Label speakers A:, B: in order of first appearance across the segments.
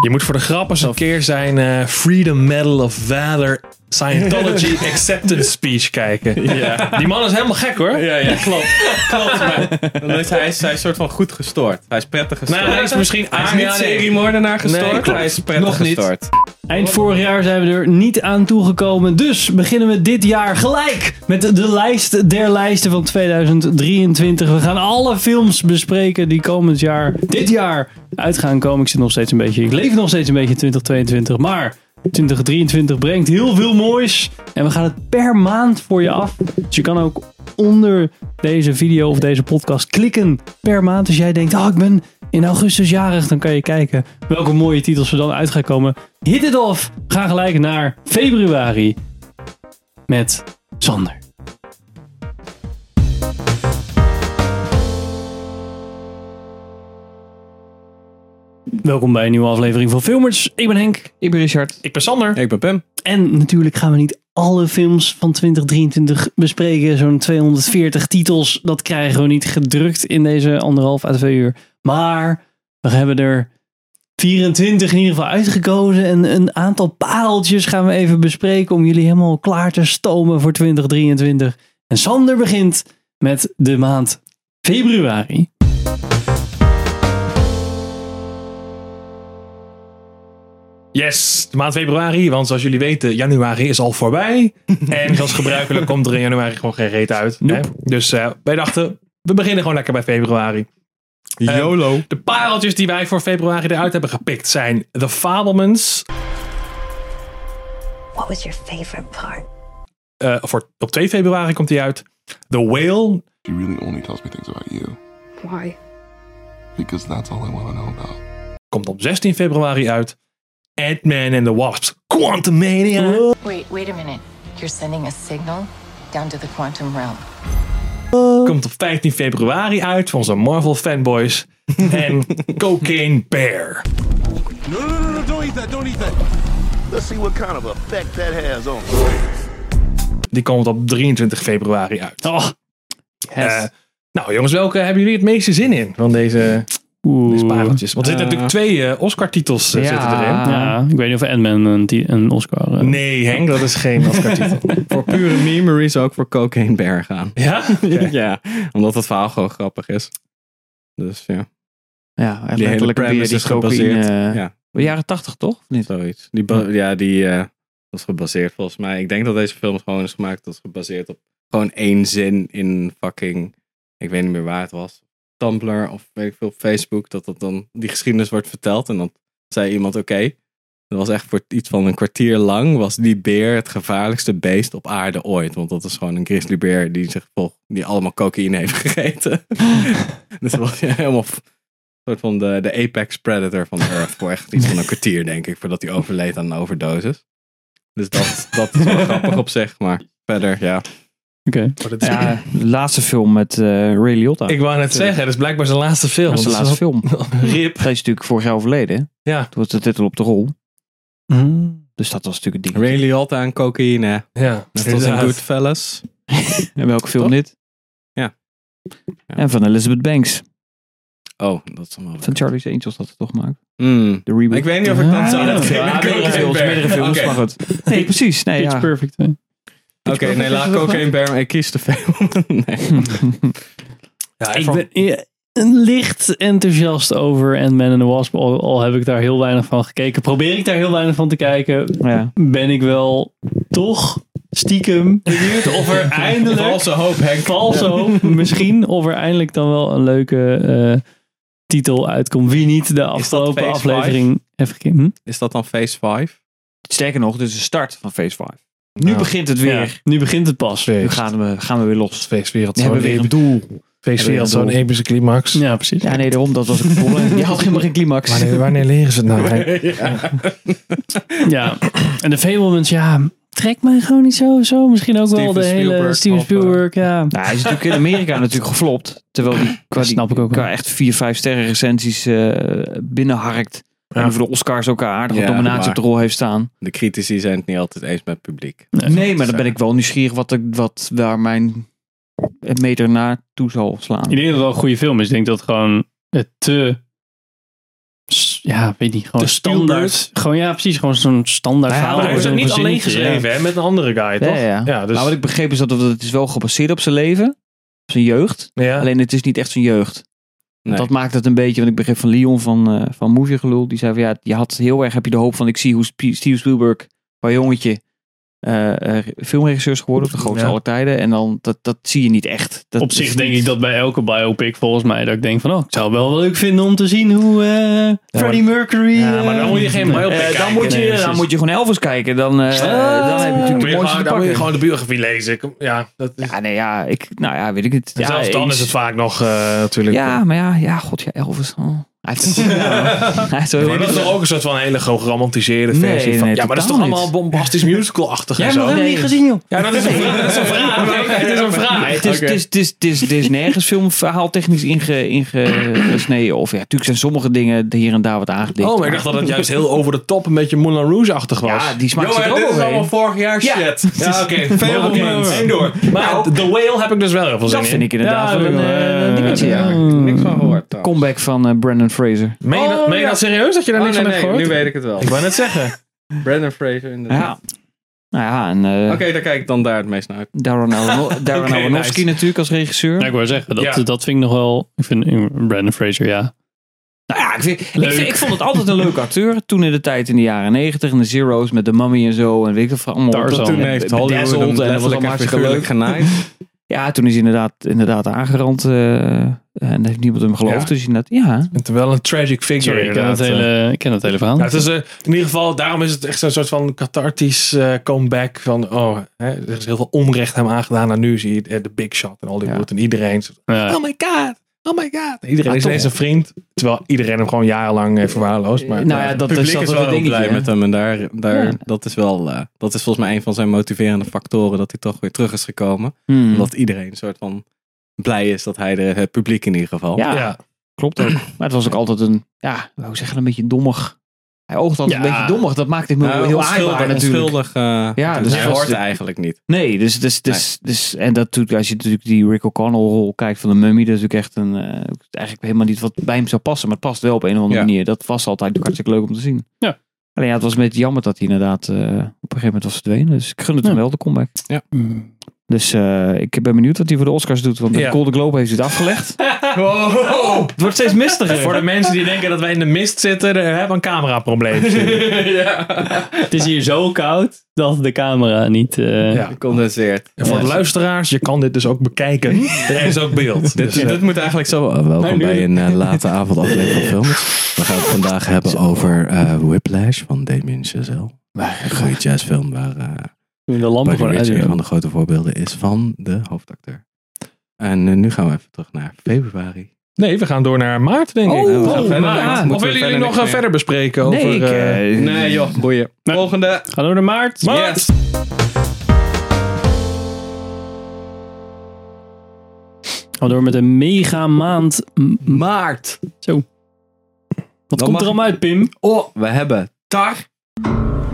A: Je moet voor de grap eens een keer zijn eh, Freedom Medal of Valor Scientology Acceptance Speech kijken.
B: Ja.
A: Die man is helemaal gek hoor.
B: Ja, ja, klopt. klopt, maar dan is hij, hij is een soort van goed gestoord. Hij is prettig gestoord.
A: Nou, hij is misschien
B: Hij is
A: Ah,
B: niet
A: ja, nee.
B: seriemoordenaar gestoord,
A: Nee, klopt.
B: hij is prettig
C: Nog niet.
B: gestoord.
C: Eind vorig jaar zijn we er niet aan toegekomen. Dus beginnen we dit jaar gelijk met de lijst der lijsten van 2023. We gaan alle films bespreken die komend jaar, dit jaar, uit gaan komen. Ik zit nog steeds een beetje, ik leef nog steeds een beetje in 2022. Maar 2023 brengt heel veel moois. En we gaan het per maand voor je af. Dus je kan ook onder deze video of deze podcast klikken per maand. Als jij denkt, oh, ik ben in augustus jarig, dan kan je kijken welke mooie titels er dan uit gaan komen. Hit it off! Ga gelijk naar februari met Sander. Welkom bij een nieuwe aflevering van Filmers. Ik ben Henk.
D: Ik ben Richard.
A: Ik ben Sander.
B: Ik ben Pim.
C: En natuurlijk gaan we niet alle films van 2023 bespreken. Zo'n 240 titels, dat krijgen we niet gedrukt in deze anderhalf à twee uur. Maar we hebben er 24 in ieder geval uitgekozen. En een aantal pareltjes gaan we even bespreken om jullie helemaal klaar te stomen voor 2023. En Sander begint met de maand februari.
A: Yes, de maand februari, want zoals jullie weten, januari is al voorbij. En zoals gebruikelijk komt er in januari gewoon geen reet uit. hè? Dus eh, wij dachten, we beginnen gewoon lekker bij februari.
B: YOLO.
A: De pareltjes die wij voor februari eruit hebben gepikt zijn The Fabelmans
E: What was your favorite part?
A: eh, voor, op 2 februari komt die uit. The Whale,
F: She really only tells me things about you
E: Why?
F: because that's all I want to know about.
A: komt op 16 februari uit. Ant-Man and the Wasp, Quantum Mania.
G: Wait, wait a minute. You're sending a signal down to the quantum realm.
A: Komt op 15 februari uit voor onze Marvel fanboys. En Cocaine Bear.
H: No, no, no, no, don't eat that, don't eat that.
I: Let's see what kind of effect that has on
A: Die komt op 23 februari uit.
C: Oh,
A: Eh, nou jongens, welke hebben jullie het meeste zin in van deze, deze pareltjes? Want er zitten natuurlijk twee eh, Oscar-titels eh, zitten erin.
C: ja, ik weet niet of Ant-Man een, ti- een Oscar... eh,
A: Nee Henk, Oh, dat is geen Oscar-titel.
B: Voor pure memory zou ik voor Cocaine Bear gaan.
A: ja?
B: ja, omdat het verhaal gewoon grappig is. Dus ja,
D: Ja,
B: die
D: en
B: hele
D: letterlijk weer
B: premise
D: die
B: is gebaseerd.
D: cocaïne, eh,
B: ja,
D: Jaren tachtig, toch? Of niet?
B: zoiets. Die ba- ja, die eh was gebaseerd volgens mij. Ik denk dat deze film gewoon is gemaakt dat is gebaseerd op gewoon één zin in fucking, ik weet niet meer waar het was, Tumblr of weet ik veel, Facebook, dat dat dan die geschiedenis wordt verteld en dan zei iemand oké. dat was echt voor iets van een kwartier lang was die beer het gevaarlijkste beest op aarde ooit. Want dat is gewoon een grizzlybeer die zich vol, die allemaal cocaïne heeft gegeten. dus dat was ja, helemaal f- soort van de, de apex predator van de Earth. Voor echt iets van een kwartier, denk ik, voordat hij overleed aan een overdosis. Dus dat, dat is wel grappig op zich, maar verder, ja.
A: Oh, dat is-
D: Ja, de laatste film met eh, Ray Liotta.
A: Ik wou net zeggen, dat is blijkbaar zijn laatste film.
D: dat is de laatste film.
A: film. Rip.
D: Hij is natuurlijk vorig jaar overleden. hè?
A: Ja.
D: Toen was de titel op de rol. Dus dat was natuurlijk een ding.
B: Ray Liotta en cocaïne.
A: Ja,
B: Net als in
A: inderdaad.
B: Goodfellas.
D: En welke film
B: Toch?
D: dit?
B: Ja. Ja.
D: En van Elizabeth Banks.
B: Oh, dat is allemaal...
D: Van Charlie's Angels dat het toch maakt.
B: Mm.
D: De reboot.
B: Ik weet niet of ik dat zou...
D: Ja,
B: dat vind ik
D: ja,
B: met
D: meerdere
B: Cocaine
D: films,
B: Bear.
D: meerdere films,
B: Oké.
D: maar goed. Nee, precies. Nee,
C: Pitch
D: ja.
C: Perfect. hè?
B: Oké, nee, laat Cocaine Bear maar. Ik kies de film. nee.
A: Ja,
C: Ik
A: van-
C: ben eh, licht enthousiast over Ant-Man and the Wasp. Al, al heb ik daar heel weinig van gekeken. Probeer ik daar heel weinig van te kijken.
D: Ja.
C: Ben ik wel toch stiekem benieuwd of er eindelijk...
B: Valse hoop, Henk.
C: Valse hoop, misschien. Of er eindelijk dan wel een leuke eh, titel uitkomt. Wie niet de afgelopen
B: Phase
C: aflevering heeft gekeken. Hm?
B: Is dat dan Phase 5?
D: Sterker nog, dit is de start van Phase 5. Nu begint het weer.
C: Ja, nu begint het pas.
D: Nu gaan we, gaan we weer los.
A: Feestwereld.
D: We hebben weer een doel.
A: Feestwereld, zo'n epische climax.
C: Ja, precies.
D: Ja, nee, daarom. Dat was het probleem. Je had helemaal geen climax.
A: Wanneer, wanneer leren ze het nou? Henk?
C: Ja, en de Fablemans, ja, trekt mij gewoon niet zo. zo. Misschien ook wel
B: Steven
C: de hele
B: Spielberg
C: Steven
B: of, eh,
C: Spielberg, ja.
D: Nou, hij is natuurlijk in Amerika natuurlijk geflopt. Terwijl die qua,
C: Dat
D: die,
C: snap ik ook wel.
D: qua echt vier, vijf sterren recensies eh, binnenharkt.
A: Ja.
D: En voor de Oscars ook een aardige
B: Ja,
D: dominatie
B: maar-
D: op de rol heeft staan.
B: De critici zijn het niet altijd eens met het publiek.
D: Nee, maar dan ben
B: zeggen.
D: ik wel nieuwsgierig wat, ik, wat waar mijn meter naar toe zal slaan.
C: Ik denk dat het wel een goede film is. Ik denk dat gewoon het te s- ja, weet niet, gewoon
A: De standaard.
C: Oh, standaard. Gewoon, ja, precies, gewoon zo'n standaard
A: Ja,
C: verhaal.
A: maar hij heeft
C: Zo'n
A: het niet alleen
C: gezinnetje, ja.
A: geschreven, hè, met een andere guy, toch?
D: Ja, ja.
A: dus,
D: Maar Nou, wat ik begreep is dat het, het is wel gebaseerd op zijn leven. Op zijn jeugd.
A: ja.
D: Alleen het is niet echt zijn jeugd.
B: Nee.
D: Dat maakt het een beetje, want ik begreep van Leon van, eh van Movie Gelul. Die zei van ja, je had heel erg heb je de hoop van ik zie hoe Sp- Steve Spielberg, waar jongetje, eh, eh, filmregisseur is geworden op de grootste
A: Ja.
D: aller tijden. En dan, dat, dat zie je niet echt. Dat
C: Op
D: is
C: zich
D: niet-
C: denk ik dat bij elke biopic volgens mij dat ik denk van oh, ik zou het wel leuk vinden om te zien hoe eh, Freddie Mercury.
A: Ja, maar dan moet je geen
C: eh,
A: biopic
D: Eh,
A: kijken.
D: dan, moet je,
C: Nee, precies.
D: dan moet je gewoon Elvis kijken. Dan, eh,
C: Ah.
D: dan heb je
A: Dan
D: natuurlijk
A: moet
D: de
A: je
D: mooiste
A: gewoon, dan
D: te
A: moet je
D: pakken.
A: gewoon de biografie lezen. Kom- Ja, dat is,
D: Ja, nee, ja, ik, nou ja, weet ik niet. Ja,
A: zelfs dan
D: eens-
A: is het vaak nog eh, natuurlijk...
D: Ja, maar ja, ja, god, ja, Elvis. oh. Hij heeft hij heeft
A: Maar dat is toch
D: zo
A: ook een soort van hele geromantiseerde
D: Nee,
A: versie van...
D: nee,
A: ja, maar dat is
D: totaal
A: toch
D: niet.
A: allemaal bombastisch musical-achtig en zo?
D: helemaal niet gezien, joh.
A: Ja, dat is een vraag. Dat is een vraag. Het is een vraag.
D: Nee, het, is, het, is, het, is, het, is, het is nergens filmverhaaltechnisch inge, ingesneden. Of ja, natuurlijk zijn sommige dingen hier en daar wat aangedikt.
A: Oh, maar ik dacht dat het juist heel over de top een beetje Moulin Rouge-achtig was.
D: Ja, die smaakt zit er ook
A: dit is
D: overheen.
A: allemaal vorig jaar
D: Ja.
A: shit. Ja, oké. Veel
C: Moment.
A: Eén door. Maar The Whale heb ik dus wel heel veel zin
D: dat
A: in.
D: vind ik inderdaad
C: Ja,
D: wel een, eh, een dingetje.
B: Ja,
D: ja.
B: ik heb er niks van gehoord. trouwens.
D: Comeback van eh, Brandon Fraser.
A: Meen je dat- meen je dat serieus dat je daar
B: Oh,
A: niks
B: nee,
A: van
B: nee,
A: hebt
B: nu
A: gehoord?
B: weet ik het wel.
A: Ik wou net zeggen.
B: Brandon Fraser inderdaad.
D: Ja. Nou ja, en eh,
B: Oké, daar kijk ik dan daar het meest naar uit.
D: Darren, Arono- Darren
A: Oké,
D: Aronofsky
A: nice.
D: natuurlijk als regisseur.
C: Ja, ik wou zeggen, dat,
A: Ja.
C: dat vind ik nog wel. Ik vind eh, Brandon Fraser, ja.
D: Nou ja, ik, vind, ik,
C: Leuk.
D: vind- ik vond het altijd een leuke acteur. Toen in de tijd in de jaren negentig, in de Zero's met de Mummy en zo. En weet ik het allemaal.
C: Tarzan.
D: Toen
B: Toen
C: Toen
B: heeft
D: Bedazzled
B: Hollywood
D: en dat was
B: hem
D: allemaal
B: letterlijk en
D: hartstikke
B: figuurlijk
D: leuk. Ja, toen is hij inderdaad, inderdaad aangerand. eh, en heeft niemand hem geloofd.
A: Ja.
D: Dus inderdaad, ja.
A: Het is wel een tragic figure
C: Sorry, ik ken,
A: inderdaad. eh.
C: het hele, ik ken het hele verhaal.
A: Ja, het is eh, in ieder geval, daarom is het echt zo'n soort van cathartisch eh, comeback. Van, oh, hè, er is heel veel onrecht hem aangedaan. En nu zie je eh, de big shot en Hollywood en iedereen. zo,
C: Ja.
A: Oh my god, oh my god. Iedereen
D: Ja,
A: is
D: toch.
A: ineens een vriend. Terwijl iedereen hem gewoon jarenlang eh, verwaarloost. Maar,
D: nou ja, dat
B: Het
D: is
B: publiek is
D: altijd
B: wel
D: een
B: heel
D: dingetje.
B: blij
D: hè.
B: met hem. En daar, daar,
D: Ja.
B: dat is wel, eh, dat is volgens mij een van zijn motiverende factoren dat hij toch weer terug is gekomen.
D: Hmm.
B: Omdat iedereen een soort van blij is dat hij de, het publiek in ieder geval.
D: ja,
A: ja.
D: klopt ook. Maar het was ook altijd een, ja, hoe zeggen, een beetje dommig. Hij oogt altijd
A: Ja.
D: een beetje dommig. Dat maakt hem
B: Nou,
D: heel
B: onschuldig,
D: aardig natuurlijk.
B: onschuldig. eh,
D: Ja,
B: dus
D: dus
B: hij
D: dat
B: hoort
D: is-
B: eigenlijk niet.
D: Nee, dus, dus, dus, dus en dat doet, als je natuurlijk die Rick O'Connell rol kijkt van de mummy, dat is natuurlijk echt een, eh, eigenlijk helemaal niet wat bij hem zou passen, maar het past wel op een of andere
B: Ja.
D: manier. Dat was altijd hartstikke leuk om te zien.
C: Ja.
D: Alleen ja, het was een beetje jammer dat hij inderdaad eh, op een gegeven moment was verdwenen. Dus ik gun het hem wel, de comeback. Dus eh, ik ben benieuwd wat hij voor de Oscars doet, want de
A: Ja.
D: Golden Globe heeft hij het afgelegd. Het wordt steeds mistiger.
A: Voor de mensen die denken dat wij in de mist zitten, eh, hebben we een cameraprobleem.
C: Het is hier zo koud dat de camera niet. eh,
A: Ja.
B: Gecondenseerd.
A: En voor de luisteraars, je kan dit dus ook bekijken. Er is ook beeld.
B: Dit,
A: Dus, eh,
B: dit moet eigenlijk zo. eh, welkom
A: nu-
B: bij een eh, late avond aflevering van Films. We gaan het vandaag hebben over eh, Whiplash van Damien Chazelle. Een goede jazzfilm waar eh
C: Toen de lampen
B: Buddy
C: gewoon uit.
B: Rich een van de grote voorbeelden is van de hoofdacteur. En eh, nu gaan we even terug naar februari.
A: nee, we gaan door naar maart, denk ik.
D: Oh,
A: we
D: oh,
A: gaan verder.
D: maart.
A: Of
B: Moeten we
A: willen jullie
B: verder
A: nog
B: niks
A: eh,
B: meer?
A: verder bespreken
D: Nee,
A: over...
D: ik,
A: eh,
D: eh,
B: joh, boeien. Nou. Volgende.
C: Gaan door naar maart.
A: maart?
C: Gaan door met een mega maand. M-
B: Maart.
C: Wat
B: Dan
C: komt
B: mag-
C: er allemaal uit, Pim?
B: Oh, we hebben Tar.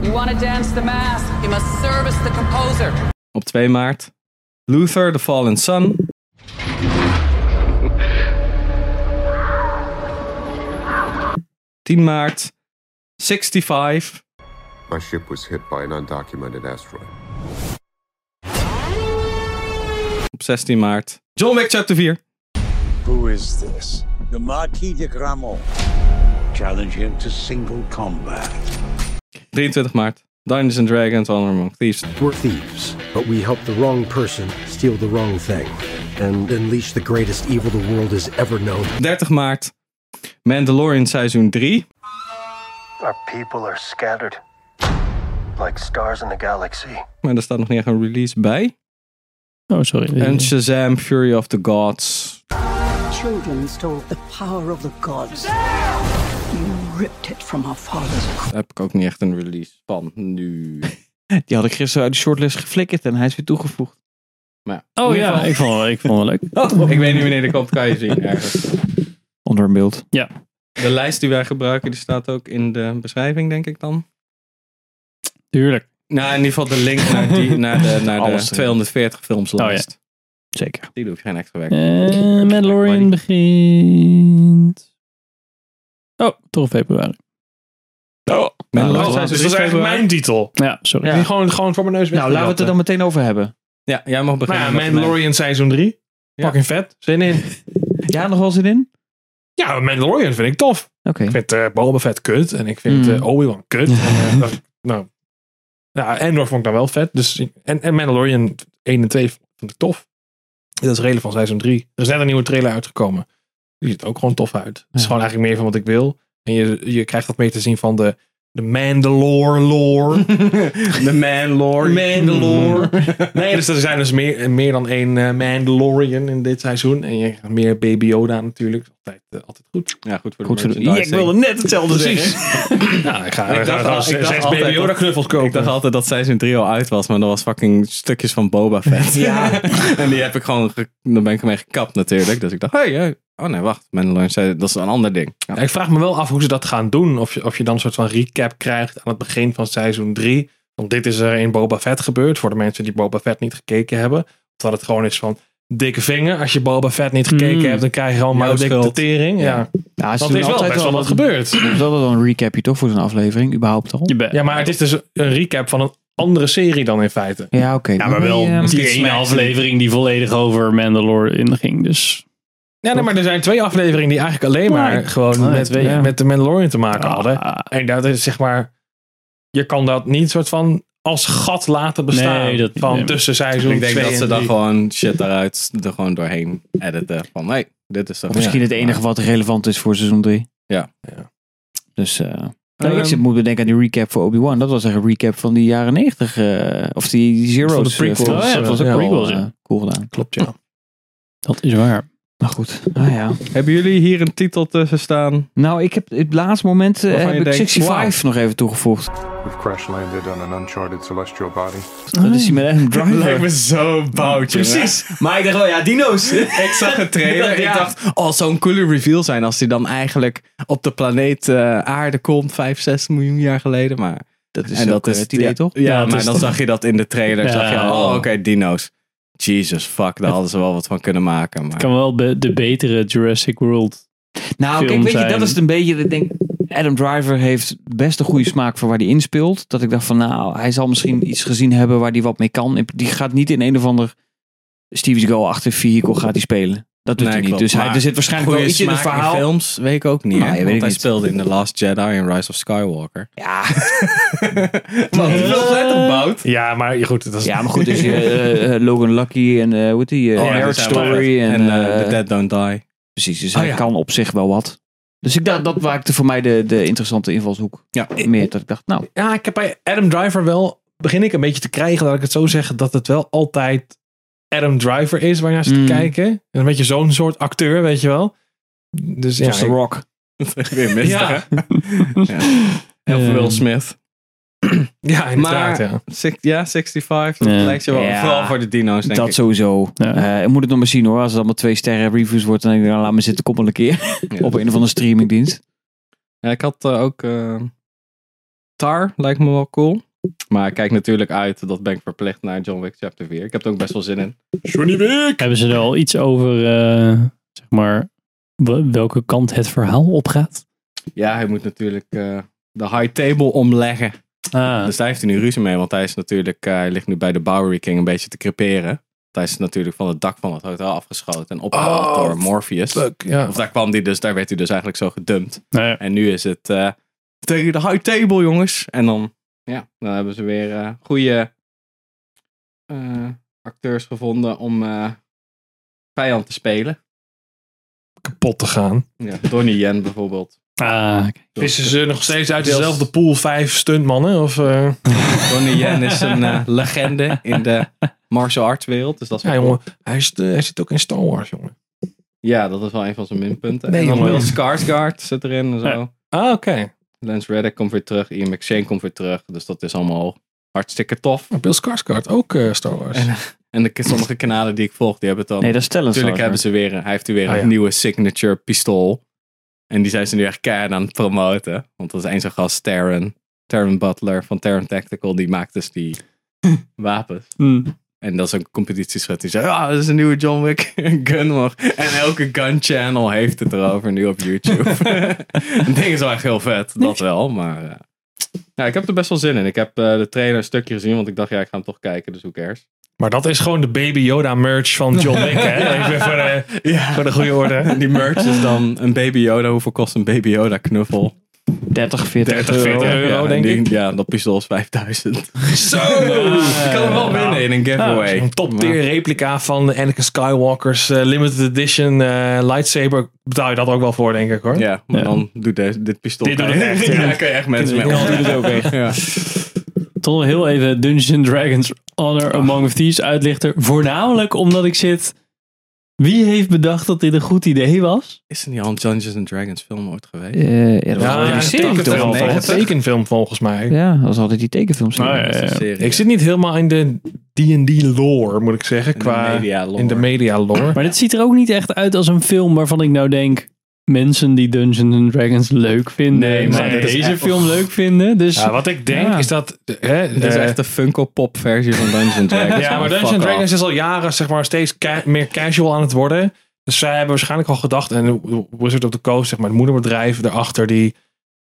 J: You want to dance the mask, you must service the composer.
B: Op 2 maart. Luther, The Fallen Sun. ...10 maart, 65,
F: My ship was hit by an undocumented asteroid.
B: op 16 maart. John Wick Chapter 4.
H: Who is this? The Marquis de Gramont. Challenge him to single combat.
B: 23 maart. Dungeons and Dragons Honor Among Thieves.
K: We're thieves, but we help the wrong person steal the wrong thing and unleash the greatest evil the world has ever known.
B: 30 maart. Mandalorian seizoen 3.
H: Our people are scattered like stars in the galaxy.
B: Maar daar staat nog niet echt een release bij.
C: Oh, sorry.
B: En Shazam Fury of the Gods.
E: Children stole the power of the gods. You ripped it from our fathers.
B: Daar heb ik ook niet echt een release van nu.
D: Die had ik gisteren uit de shortlist geflikkerd en hij is weer toegevoegd.
B: Maar
C: Oh
B: in ieder
C: ja,
B: geval-
C: ik vond, wel- ik vond het leuk.
B: Ik weet niet wanneer die komt, kan je zien ergens.
D: Onder een beeld.
B: De lijst die wij gebruiken, die staat ook in de beschrijving, denk ik dan.
C: Tuurlijk.
B: Nou, in ieder geval de link naar, die, naar de, naar de
D: Alles erin.
B: 240 filmslijst.
D: Zeker.
B: Die hoef je geen
C: Eh,
B: extra werk.
C: En Mandalorian begint. Oh, 24 februari.
A: Oh,
C: Nou,
A: oh,
C: dat
A: dus
C: was
A: dat is eigenlijk
C: februari.
A: mijn titel.
C: Ja, sorry.
A: Die Gewoon, gewoon voor mijn neus
D: Nou, laten we het er dan meteen over hebben.
B: Ja, jij mag
A: Nou
B: beginnen.
A: ja,
B: met
A: Mandalorian seizoen 3. Fucking vet. Zin in.
D: Ja, nog wel zin in?
A: Ja, Mandalorian vind ik tof.
D: Oké.
A: Ik vind eh Boba Fett kut. En ik vind
D: Mm.
A: eh, Obi-Wan kut. en, eh, dat- nou, ja, Endor vond ik dan wel vet. Dus, en, en Mandalorian 1 en 2 vond ik tof. Dat is redelijk van seizoen 3. Er is net een nieuwe trailer uitgekomen. Die ziet er ook gewoon tof uit. Het is
D: Ja.
A: gewoon eigenlijk meer van wat ik wil. En je, je krijgt wat meer te zien van de, de Mandalore lore.
B: De Mandalorian.
A: Mandalore.
D: Mm.
A: Nee, dus er zijn dus meer, meer dan één eh, Mandalorian in dit seizoen. En je krijgt meer Baby Yoda natuurlijk. Altijd, eh, altijd goed.
B: Ja, goed voor de
D: Goed voor de-
B: merchandising.
A: net hetzelfde nou, ik ga,
B: Ik
A: ik
B: dacht al-
A: ga
B: ik
A: zes
B: dacht
A: zes
B: altijd
A: Baby Yoda
B: dat-
A: knuffels kopen.
B: Ik dacht altijd dat seizoen 3 al uit was, maar dat was fucking stukjes van Boba Fett.
A: Ja.
B: en die heb ik gewoon, ge- daar ben ik mee gekapt natuurlijk. Dus ik dacht, hey, hey. oh nee, wacht. Mandalorian, zei- dat is een ander ding. Ja.
A: Ja, ik vraag me wel af hoe ze dat gaan doen. Of je, of je dan een soort van recap krijgt aan het begin van seizoen 3. Want dit is er in Boba Fett gebeurd. Voor de mensen die Boba Fett niet gekeken hebben. Dat het gewoon is van dikke vinger. Als je Boba Fett niet gekeken
C: Mm.
A: hebt, dan krijg je gewoon maar
B: Jouw
A: een dikke
B: schuld.
A: tering. Ja.
B: Ja.
D: Ja,
A: Want
D: ze doen
A: er is wel
D: altijd
A: best wel wat gebeurd.
D: Er is altijd wel een recapje toch voor zo'n aflevering, überhaupt al?
C: Je bent.
A: Ja, maar het is dus een recap van een andere serie dan in feite.
D: Ja, oké. ehm,
C: Ja, maar wel
D: Ja,
C: die ene
A: smacks.
C: aflevering die volledig over Mandalore inging. Dus
A: Ja, nee, maar er zijn twee afleveringen die eigenlijk alleen maar
C: Nee.
A: gewoon
C: Nee,
A: met,
C: twee, ja.
A: met de Mandalorian te maken hadden.
C: Ah,
A: En dat is zeg maar, je kan dat niet soort van als gat laten bestaan
C: Nee, dat-
A: van
C: nee.
A: tussen seizoen
B: Ik denk
A: twee
B: dat ze
A: en
B: dan
A: drie.
B: gewoon shit daaruit er gewoon doorheen editen. Van, hey, dit is toch...
D: Of misschien
B: ja.
D: het enige wat relevant is voor seizoen 3.
B: Ja.
A: Ja.
D: Dus eh, nou,
A: Ehm,
D: ik zit, moet bedenken aan die recap voor Obi-Wan. Dat was echt een recap van die jaren 90. eh, of die, die Zero's.
A: Van de
D: eh,
A: prequels.
D: films.
A: Oh ja,
D: dat was ook
A: ja.
D: wel
C: Prequels,
D: eh,
C: ja.
D: cool gedaan.
A: Klopt, ja.
C: dat is waar.
D: Maar goed, nou ja.
B: Hebben jullie hier een titel tussen staan?
D: Nou, ik heb het laatste moment eh,
B: Waarvan je
D: heb ik
B: denkt,
D: 65 nog even toegevoegd.
F: We've crash landed on an uncharted celestial body.
C: Ah.
A: Ah.
D: Dat is die met Adam Driver.
B: me zo boutje. Precies. Maar ik dacht, oh ja, dino's. ik zag een trailer en ik dacht, oh, zo'n coole reveal zijn als die dan eigenlijk op de planeet eh, aarde komt, 5, 6 miljoen jaar geleden. Maar
D: Dat is
B: en
D: ook, eh, het idee,
B: ja,
D: toch?
B: Ja,
C: Ja, het
B: maar
C: is
B: dan
C: toch-
B: zag je dat in de trailer.
C: Ja.
B: Zag je, al, oh, oké, dino's. Jesus, fuck, daar hadden ze wel wat van kunnen maken. Maar.
C: Het kan wel be- de betere Jurassic World.
D: Nou, kijk,
C: film
D: weet je,
C: zijn.
D: dat is het een beetje. dat Ik denk, Adam Driver heeft best een goede smaak voor waar hij inspeelt. Dat ik dacht van, nou, hij zal misschien iets gezien hebben waar hij wat mee kan. Die gaat niet in een of ander Steve's Go achter vehicle gaat hij spelen. Dat doet
B: Nee,
D: hij niet.
B: klopt.
D: Dus hij,
B: Maar
D: er zit waarschijnlijk
B: Goeie
D: wel iets in het
B: smaak
D: verhaal.
B: films weet ik ook niet.
D: Nou,
B: hè?
D: je weet
B: Want
D: het
B: hij
D: niet.
B: speelde in The Last Jedi en Rise of Skywalker.
D: Ja,
B: Wat? Die film zijn toch bout?
A: Ja, maar ja, goed, dat is
D: ja, maar goed, dus, eh, eh, Logan Lucky en eh hoe heet die? eh,
B: Oh, ja,
D: Marriage
B: die zijn
D: Story. En,
B: En eh,
D: eh,
B: The Dead Don't Die.
D: precies, dus
A: Oh,
D: hij
A: ja.
D: kan op zich wel wat. Dus ik dacht, dat maakte voor mij de, de interessante invalshoek.
B: Ja.
D: Meer dat ik dacht, nou,
A: Ja, ik heb bij Adam Driver wel, begin ik een beetje te krijgen, laat ik het zo zeggen, dat het wel altijd Adam Driver is waar je naar zit
D: Mm.
A: te kijken. En Een beetje zo'n soort acteur, weet je wel. Dus ja,
D: zoals The
A: ik-
D: Rock.
B: Weer mistig,
A: Ja.
B: hè? ja. Heel veel
C: Ehm.
B: Will Smith.
A: ja inderdaad,
B: Maar-
A: ja.
B: Six- ja, 65. Dat
C: Ja.
B: lijkt je wel.
D: Ja.
B: Vooral voor de dino's, denk
D: dat
B: ik.
D: sowieso.
C: Ja.
D: Eh, ik moet het nog maar zien hoor. Als het allemaal twee sterren reviews wordt, dan denk ik, nou, laat me zitten, kom wel een keer.
B: Ja.
D: Op een of andere streamingdienst.
B: Ja, ik had eh, ook... eh, Tar lijkt me wel cool. Maar ik kijk natuurlijk uit, dat ben ik verplicht, naar John Wick Chapter 4. Ik heb er ook best wel zin in.
A: Johnny Wick!
C: Hebben ze er al iets over, eh, zeg maar, w- welke kant het verhaal opgaat?
B: Ja, hij moet natuurlijk eh, de high table omleggen.
C: Ah,
B: Dus daar heeft hij nu ruzie mee, want hij is natuurlijk, eh, hij ligt nu bij de Bowery King een beetje te creperen. Want Hij is natuurlijk van het dak van het hotel afgeschoten en opgehaald
A: Oh,
B: door Morpheus.
A: Fuck, ja.
B: Of daar kwam hij dus, daar werd hij dus eigenlijk zo gedumpt.
C: nou ja.
B: En nu is het eh, tegen de high table, jongens. En dan, ja, dan hebben ze weer eh, goede eh, acteurs gevonden om eh, vijand te spelen.
A: Kapot te gaan.
B: Ja, Donnie Yen bijvoorbeeld.
C: Ah, oké.
A: Vissen ze nog steeds uit
B: Deels-
A: dezelfde pool vijf stuntmannen? Of, eh?
B: Donnie Yen is een eh, legende in de martial arts wereld. Dus dat is wel
A: Ja,
B: cool.
A: jongen. Hij, is, eh, hij zit ook in Star Wars, jongen.
B: Ja, dat is wel een van zijn minpunten.
A: Nee,
B: en dan
A: jongen.
B: Will Skarsgård zit erin en zo.
A: Ah, oké.
B: Lance Reddick komt weer terug. Ian McShane komt weer terug. Dus dat is allemaal hartstikke tof.
A: Maar Bill Skarsgård, ook eh, Star Wars.
B: En- En de sommige kanalen die ik volg, die hebben het dan...
D: Nee, dat is Oh, Talent
B: Natuurlijk hebben
D: Starter.
B: ze weer... Hij heeft weer
A: Ah,
B: een
A: ja.
B: nieuwe signature pistool. En die zijn ze nu echt keihard aan het promoten. Want dat is één zo'n gast, Taron. Taron Butler van Taron Tactical. Die maakt dus die wapens. En dat is een competitieschat. Die zegt, ah, dat is een nieuwe John Wick gun nog. En elke gun channel heeft het erover nu op YouTube. Het ding is wel echt heel vet, dat wel. Maar eh, ja, ik heb er best wel zin in. Ik heb eh, de trailer een stukje gezien, want ik dacht, ja, ik ga hem toch kijken, dus hoe cares.
A: Maar dat is gewoon de Baby Yoda merch van John Wick, hè? Even voor de, voor de goede orde.
B: Die merch is dan een Baby Yoda. Hoeveel kost een Baby Yoda knuffel?
D: 30, 40
A: euro. Ja,
B: ja,
A: denk
B: die- Ja, dat pistool is 5000.
A: Zo!
B: Ik kan hem wel winnen in een giveaway.
A: Een Ah. top tier replica van de Anakin Skywalker's eh, limited edition eh, lightsaber. Betaal je dat ook wel voor, denk ik, hoor.
B: Ja, maar dan doet deze, dit pistool.
A: Dit doet het echt, ja.
B: Ja, daar kan je echt mensen mee
A: Ja,
B: opdoen.
A: doet het ook echt.
B: Ja.
C: Toch nog heel even Dungeons and Dragons Honor Among Thieves uitlichter. Voornamelijk omdat ik zit... Wie heeft bedacht dat dit een goed idee was?
B: Is er niet al een Dungeons and Dragons film ooit geweest?
D: Eh, ja, dat was
A: Ja,
D: altijd
A: een
D: die serie toch
A: tekenfilm,
D: altijd?
A: volgens- tekenfilm volgens mij.
D: Ja, dat was altijd die tekenfilms.
B: Serie.
A: Ik zit niet helemaal in de D&D lore, moet ik zeggen.
B: de
A: qua,
B: media lore.
A: In de media lore.
C: Maar dit ziet er ook niet echt uit als een film waarvan ik nou denk... Mensen die Dungeons and Dragons leuk vinden.
B: Nee, maar
C: zouden
A: dit is
C: deze
B: echt-
C: film leuk vinden. Dus
A: Ja, wat ik denk
C: Ja.
A: is dat... Hè,
B: Dit is
A: eh,
B: echt de Funko Pop versie van Dungeons and Dragons. Oh,
A: Ja, maar
B: Fuck
A: Dungeons and
B: off.
A: Dragons is al jaren zeg maar, steeds ca- meer casual aan het worden. Dus zij hebben waarschijnlijk al gedacht, en Wizard of the Coast, zeg maar, het moederbedrijf erachter, die,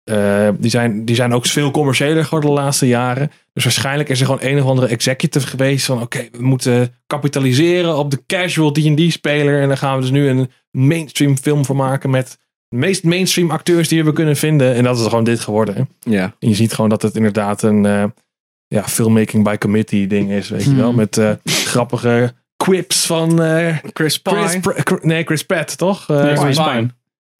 A: eh, die, zijn, die zijn ook veel commerciëler geworden de laatste jaren. Dus waarschijnlijk is er gewoon een of andere executive geweest van, oké, we moeten kapitaliseren op de casual D&D-speler. En daar gaan we dus nu een mainstream film voor maken met de meest mainstream acteurs die we kunnen vinden. En dat is gewoon dit geworden. hè.
B: Ja.
A: En je ziet gewoon dat het inderdaad een eh, ja, filmmaking by committee ding is, weet je
D: Hmm.
A: wel. Met eh, grappige quips van eh,
B: Chris
A: Chris,
B: Pine.
A: Pr- Cr- nee, Chris Pratt, toch? Eh,
B: Chris Pine.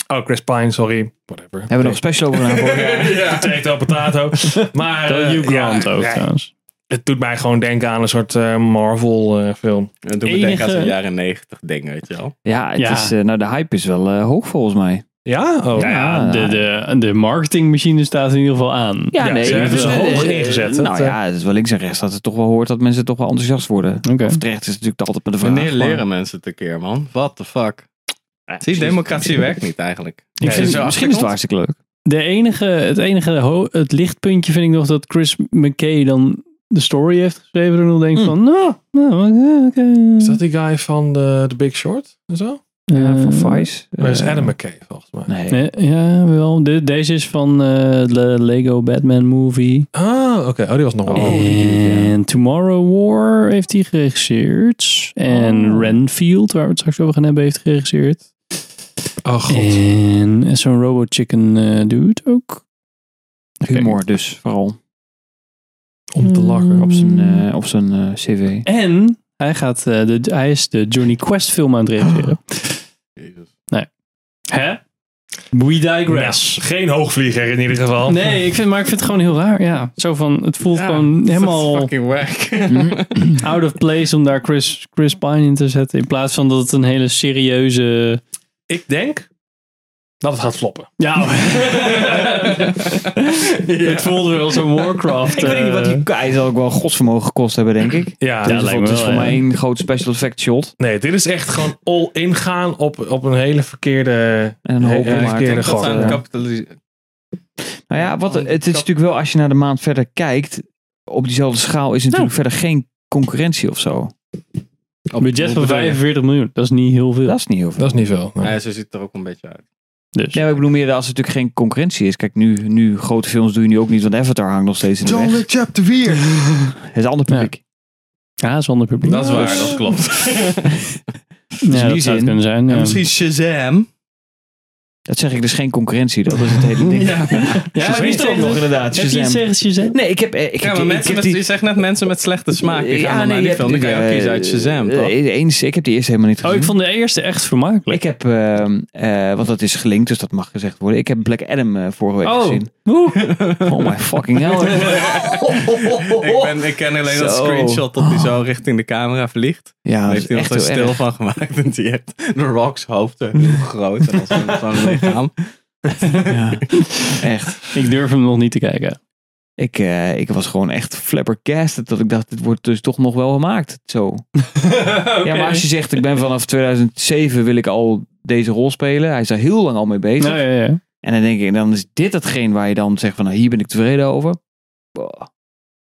A: Oh, Chris Pine, sorry. Whatever.
D: Hebben we nog special over gedaan voor?
A: ja. Potato, potato. Maar eh,
C: Hugh Grant
A: ja,
C: ook
A: ja,
C: trouwens.
A: het doet mij gewoon denken aan een soort eh, Marvel eh, film.
B: Dat doet me
C: Enige-
B: denken aan zo'n jaren negentig ding, weet je wel.
D: Ja, het
C: Ja.
D: Is, eh, nou, de hype is wel eh, hoog volgens mij.
A: Ja? Oh.
C: Ja,
D: Ja.
C: de, de, de marketingmachine staat in ieder geval aan.
D: Ja,
A: nee, ze
D: ik
A: hebben
C: dus,
D: bedoel,
A: ze hoog
D: eh,
A: ingezet,
D: Nou
A: dat, eh.
D: ja, het is wel links en rechts dat het toch wel hoort dat mensen toch wel enthousiast worden.
C: Oké.
D: Of terecht is natuurlijk altijd maar de vraag.
B: Wanneer
D: maar-
B: leren mensen het een keer, man? What the fuck? Zie,
D: precies.
B: democratie werkt niet eigenlijk.
C: Ik
B: Nee,
C: vind-
B: zo
D: Misschien is het wel hartstikke leuk.
C: De enige, het enige ho- het lichtpuntje vind ik nog dat Chris McKay dan de story heeft geschreven. En dan denk
A: Hmm.
C: ik van, nou, nou, oké. oké.
A: Is dat die guy van The, The Big Short en zo?
D: Ja,
C: Eh,
D: van Vice.
A: Dat is
D: Eh,
A: Adam McKay, volgens mij.
D: Nee.
C: nee, ja, wel. De, deze is van eh, de Lego Batman movie.
A: Ah, oké. Oh, die was nog wel.
C: en Tomorrow War heeft hij geregisseerd. En Renfield, waar we het straks over gaan hebben, heeft geregisseerd.
A: Oh, god.
C: En en zo'n Robot Chicken eh, dude ook.
D: Humor dus, vooral.
A: Om te lachen.
D: Op zijn, eh, op zijn eh, cv.
C: En hij, gaat, eh, de, hij is de Johnny Quest film aan het regisseren.
B: Jezus.
C: Hè? We digress.
A: Nou, geen hoogvlieger in ieder geval.
C: Nee, ik vind, maar ik vind het gewoon heel raar. Ja, zo van, het voelt
B: Ja,
C: gewoon
B: dat is
C: helemaal
B: Fucking wack.
C: out of place om daar Chris, Chris Pine in te zetten. In plaats van dat het een hele serieuze...
A: Ik denk dat het gaat floppen.
C: Ja, het voelde wel zo'n Warcraft.
D: Ik weet niet wat die guy zal ook wel godsvermogen gekost hebben, denk ik.
A: eh, Ja,
C: Ja,
D: Dus
C: lijkt me
D: het is
C: wel,
D: voor
C: ja.
D: mij één groot special effect shot.
A: nee, dit is echt gewoon all in gaan op, op een hele verkeerde.
D: En dan hopen
A: Ja,
D: we
A: ik
D: maar.
A: denk dat
D: dat- eh,
B: Dat
A: God,
B: zijn
A: ja.
B: kapitalis-
D: Nou ja, wat,
B: Gewoon
D: het is
B: kap-
D: natuurlijk wel, als je naar de maand verder kijkt, op diezelfde schaal is natuurlijk verder geen concurrentie of zo.
C: eh, Budget van
B: Hoe bedoel je?
C: 45 miljoen, dat is niet heel veel.
D: Dat is niet heel veel.
A: Dat is niet veel.
B: Ja, zo ziet het er ook een beetje uit.
C: Dus.
D: Nee, maar ik bedoel meer als er natuurlijk geen concurrentie is. Kijk, nu, nu grote films doe je nu ook niet, want Avatar hangt nog steeds in de weg.
B: Chapter 4.
D: Het is een ander publiek.
C: Ja, zonder publiek. Dus-
B: Dat is waar, dat klopt.
C: Ja, dat
D: in die
C: zou het
D: zin-
C: kunnen zijn.
B: En
C: ja.
B: misschien Shazam.
D: Dat zeg ik dus geen concurrentie. Dat is het hele ding. Ja,
C: Ja,
D: dat is
C: wie
D: het ook
C: tegen-
D: nog
C: Heb
D: inderdaad.
C: je iets
D: Shazam.
C: tegen Shazam?
D: Nee, ik heb, eh, ik heb
B: Ja, maar
D: die- ik
B: mensen
D: heb
B: met,
D: die-
B: je zegt net mensen met slechte smaak. Die gaan dan naar
D: je
B: die
D: hebt
B: film. Dan kan je ook
D: eh,
B: kiezen uit Shazam. toch?
D: eh, Eens, ik heb die eerst helemaal niet
C: Oh,
D: gezien.
C: ik vond de eerste echt vermakelijk.
D: Ik heb, eh, eh, want dat is gelinkt, dus dat mag gezegd worden. Ik heb Black Adam eh, vorige week
C: Oh.
D: gezien.
C: Oeh.
D: Oh my fucking hell.
B: ik, ben, ik ken alleen dat
D: Zo. Oh.
B: screenshot dat hij zo richting de camera vliegt.
D: Ja,
B: Daar
D: dat
B: heeft
D: is
B: hij nog
D: echt
B: zo
D: heel
B: stil
D: erg.
B: van gemaakt. En die heeft de Rock's hoofd eh, heel groot. En dan zo'n- zo'n lichaam.
D: Ja. Echt.
C: Ik durf hem nog niet te kijken.
D: Ik, eh, ik was gewoon echt flabbergasted dat ik dacht, dit wordt dus toch nog wel gemaakt. Zo. Ja, maar als je zegt, ik ben vanaf 2007 wil ik al deze rol spelen. Hij is daar heel lang al mee bezig.
C: Nou, ja, ja.
D: En dan denk ik, dan is dit hetgeen waar je dan zegt van, nou, hier ben ik tevreden over. Boah,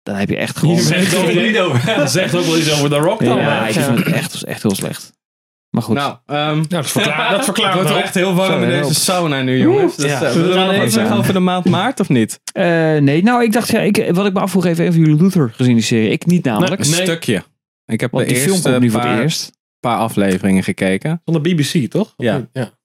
D: Dan heb je echt gewoon...
A: zegt ook wel iets over- zegt ook wel iets over The Rock dan.
D: Ja,
A: maar.
D: ik vind het echt, echt heel slecht. Maar goed.
B: Nou, ehm
A: dat verklaart- dat verklaart
B: Het
A: wel.
B: wordt wel echt heel warm
D: Sorry,
B: in deze
D: help.
B: sauna nu, jongens. Dus,
D: Ja.
B: eh,
D: Zullen
B: we
D: we
B: gaan
D: dan
B: even
D: even-
B: zeggen over de maand maart of niet?
D: Eh, nee, nou, ik dacht, ja, ik, wat ik me afvroeg, even even jullie Luther gezien die serie. Ik niet namelijk.
B: Een stukje. Ik heb
D: Want
B: de
D: die film
B: eerste
D: komt nu voor het
B: paar,
D: eerst.
B: paar afleveringen gekeken.
A: Van de BBC, toch? Of
B: Ja.
A: niet? ja.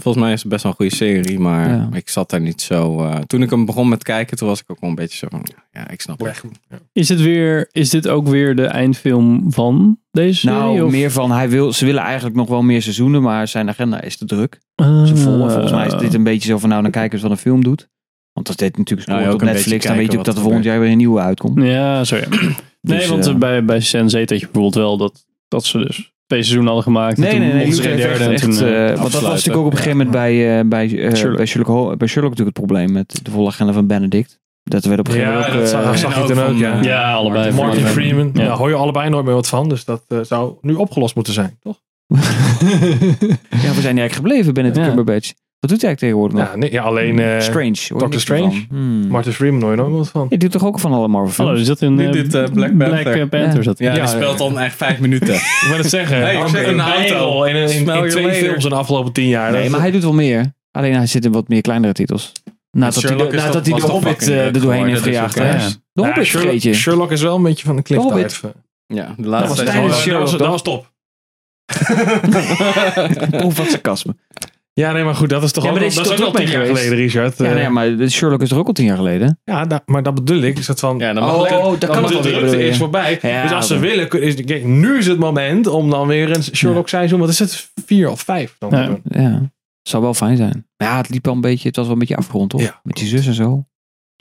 B: Volgens mij is het best wel een goede serie, maar
D: Ja.
B: ik zat daar niet zo... eh, toen ik hem begon met kijken, toen was ik ook wel een beetje zo van... Ja, ik snap het.
A: Weg. Ja.
C: Is, het weer, is dit ook weer de eindfilm van deze serie?
D: Nou,
C: of-
D: meer van, hij wil, ze willen eigenlijk nog wel meer seizoenen, maar zijn agenda is te druk.
C: Ah.
D: Ze vol, volgens mij is dit een beetje zo van, nou, dan kijken ze wat een film doet. Want als dit natuurlijk
B: Nou,
D: scoort
B: ook
D: op
B: een
D: Netflix,
B: beetje
D: dan weet je
B: kijken wat
D: ook dat
B: er
D: er volgend jaar weer een nieuwe uitkomt.
C: Ja, sorry. nee,
D: Dus,
C: want
D: eh,
C: bij, bij Sensei had je bijvoorbeeld wel dat, dat ze dus twee seizoenen hadden gemaakt. en
D: Nee,
C: toen
D: nee, nee.
C: mochten
D: Luke
C: ze een
D: heeft
C: derde en
D: echt,
C: toen,
D: echt,
C: eh,
D: eh, want dat was natuurlijk ook op een gegeven moment bij, eh, bij, eh,
C: Sherlock.
D: Bij, Sherlock, Hol- bij Sherlock natuurlijk het probleem met de volle agenda van Benedict. Dat werd op een gegeven
A: Ja,
D: moment
A: dat
D: ook, eh,
A: zag,
B: en
A: zag je
B: ook
A: toen
B: van,
A: ook, ja.
B: eh,
C: Ja, allebei.
B: Martin
A: Martin
C: Freeman.
A: Freeman,
C: Ja.
A: daar hoor je allebei nooit meer wat van. Dus dat eh, zou nu opgelost moeten zijn, toch?
D: ja, we zijn hier eigenlijk gebleven, Benedict
C: Ja.
D: Cumberbatch. Wat doet hij eigenlijk tegenwoordig nog?
A: Ja, nee, ja alleen eh,
D: Strange. hoor je
A: Dr.
D: niks
A: Strange.
D: van. Hmm.
A: Martin Freeman hoor je nooit meer wat van.
D: Je doet toch ook van alle Marvel
C: Hallo,
D: films?
C: die zat in
B: Niet
C: eh,
B: dit, eh, Black Panther.
D: Ja.
C: zat hij.
B: Ja,
A: Ja,
B: die speelt dan echt vijf minuten.
A: Ik wil het zeggen.
B: Hey, ik zeg
A: Oké.
B: een auto.
A: In, in, in,
B: Smell you
A: twee
B: later.
A: films in de afgelopen tien jaar.
D: Nee,
A: Dat-
D: maar hij doet wel meer. Alleen hij zit in wat meer kleinere titels. Nadat hij
B: Sherlock
D: de,
B: is
D: nadat
B: toch-
D: hij
B: was
D: de
B: toch
D: Hobbit
B: fucking
D: eh, er
B: leuk
D: doorheen heeft
B: geworden, dus
D: gejaagd.
B: ook,
D: hè?
B: ja.
D: De
A: Ja,
D: Hobbit
A: Nou, Sherlock,
D: vergeet je.
A: Sherlock is wel een beetje van een cliff
D: Hobbit.
A: dive.
B: ja, de
D: was
B: laatste
D: tijdens
A: Ah,
B: seizoen-
A: dat, was,
D: Sherlock,
A: dat was top.
D: Proef wat sarcasme.
A: Ja, nee, maar goed, dat is toch
D: Ja,
A: ook,
D: maar
A: wel-
D: deze
A: dat is
D: is
A: ook
D: toch
A: al
D: ook mee
A: tien jaar
D: geweest?
A: geleden, Richard.
D: Ja,
A: Eh,
D: nee, maar Sherlock is er ook al tien jaar geleden.
A: ja, da- maar dat bedoel ik. Is dat van,
B: Ja, dan mag
D: Oh,
B: ik-
D: dat kan
B: mag ik-
D: nog
A: de
D: wel weer,
A: drukte
D: bedoel
A: is
D: je.
A: voorbij.
D: Ja,
A: dus als ze
D: dan-
A: willen, kun- is, kijk, nu is het moment om dan weer een Sherlock seizoen, wat is het, vier of vijf? Dan te
C: Ja.
A: doen.
D: Ja, zou wel fijn zijn. Maar ja, het liep al een beetje, het was wel een beetje afgerond, toch?
A: Ja.
D: Met die zus en zo.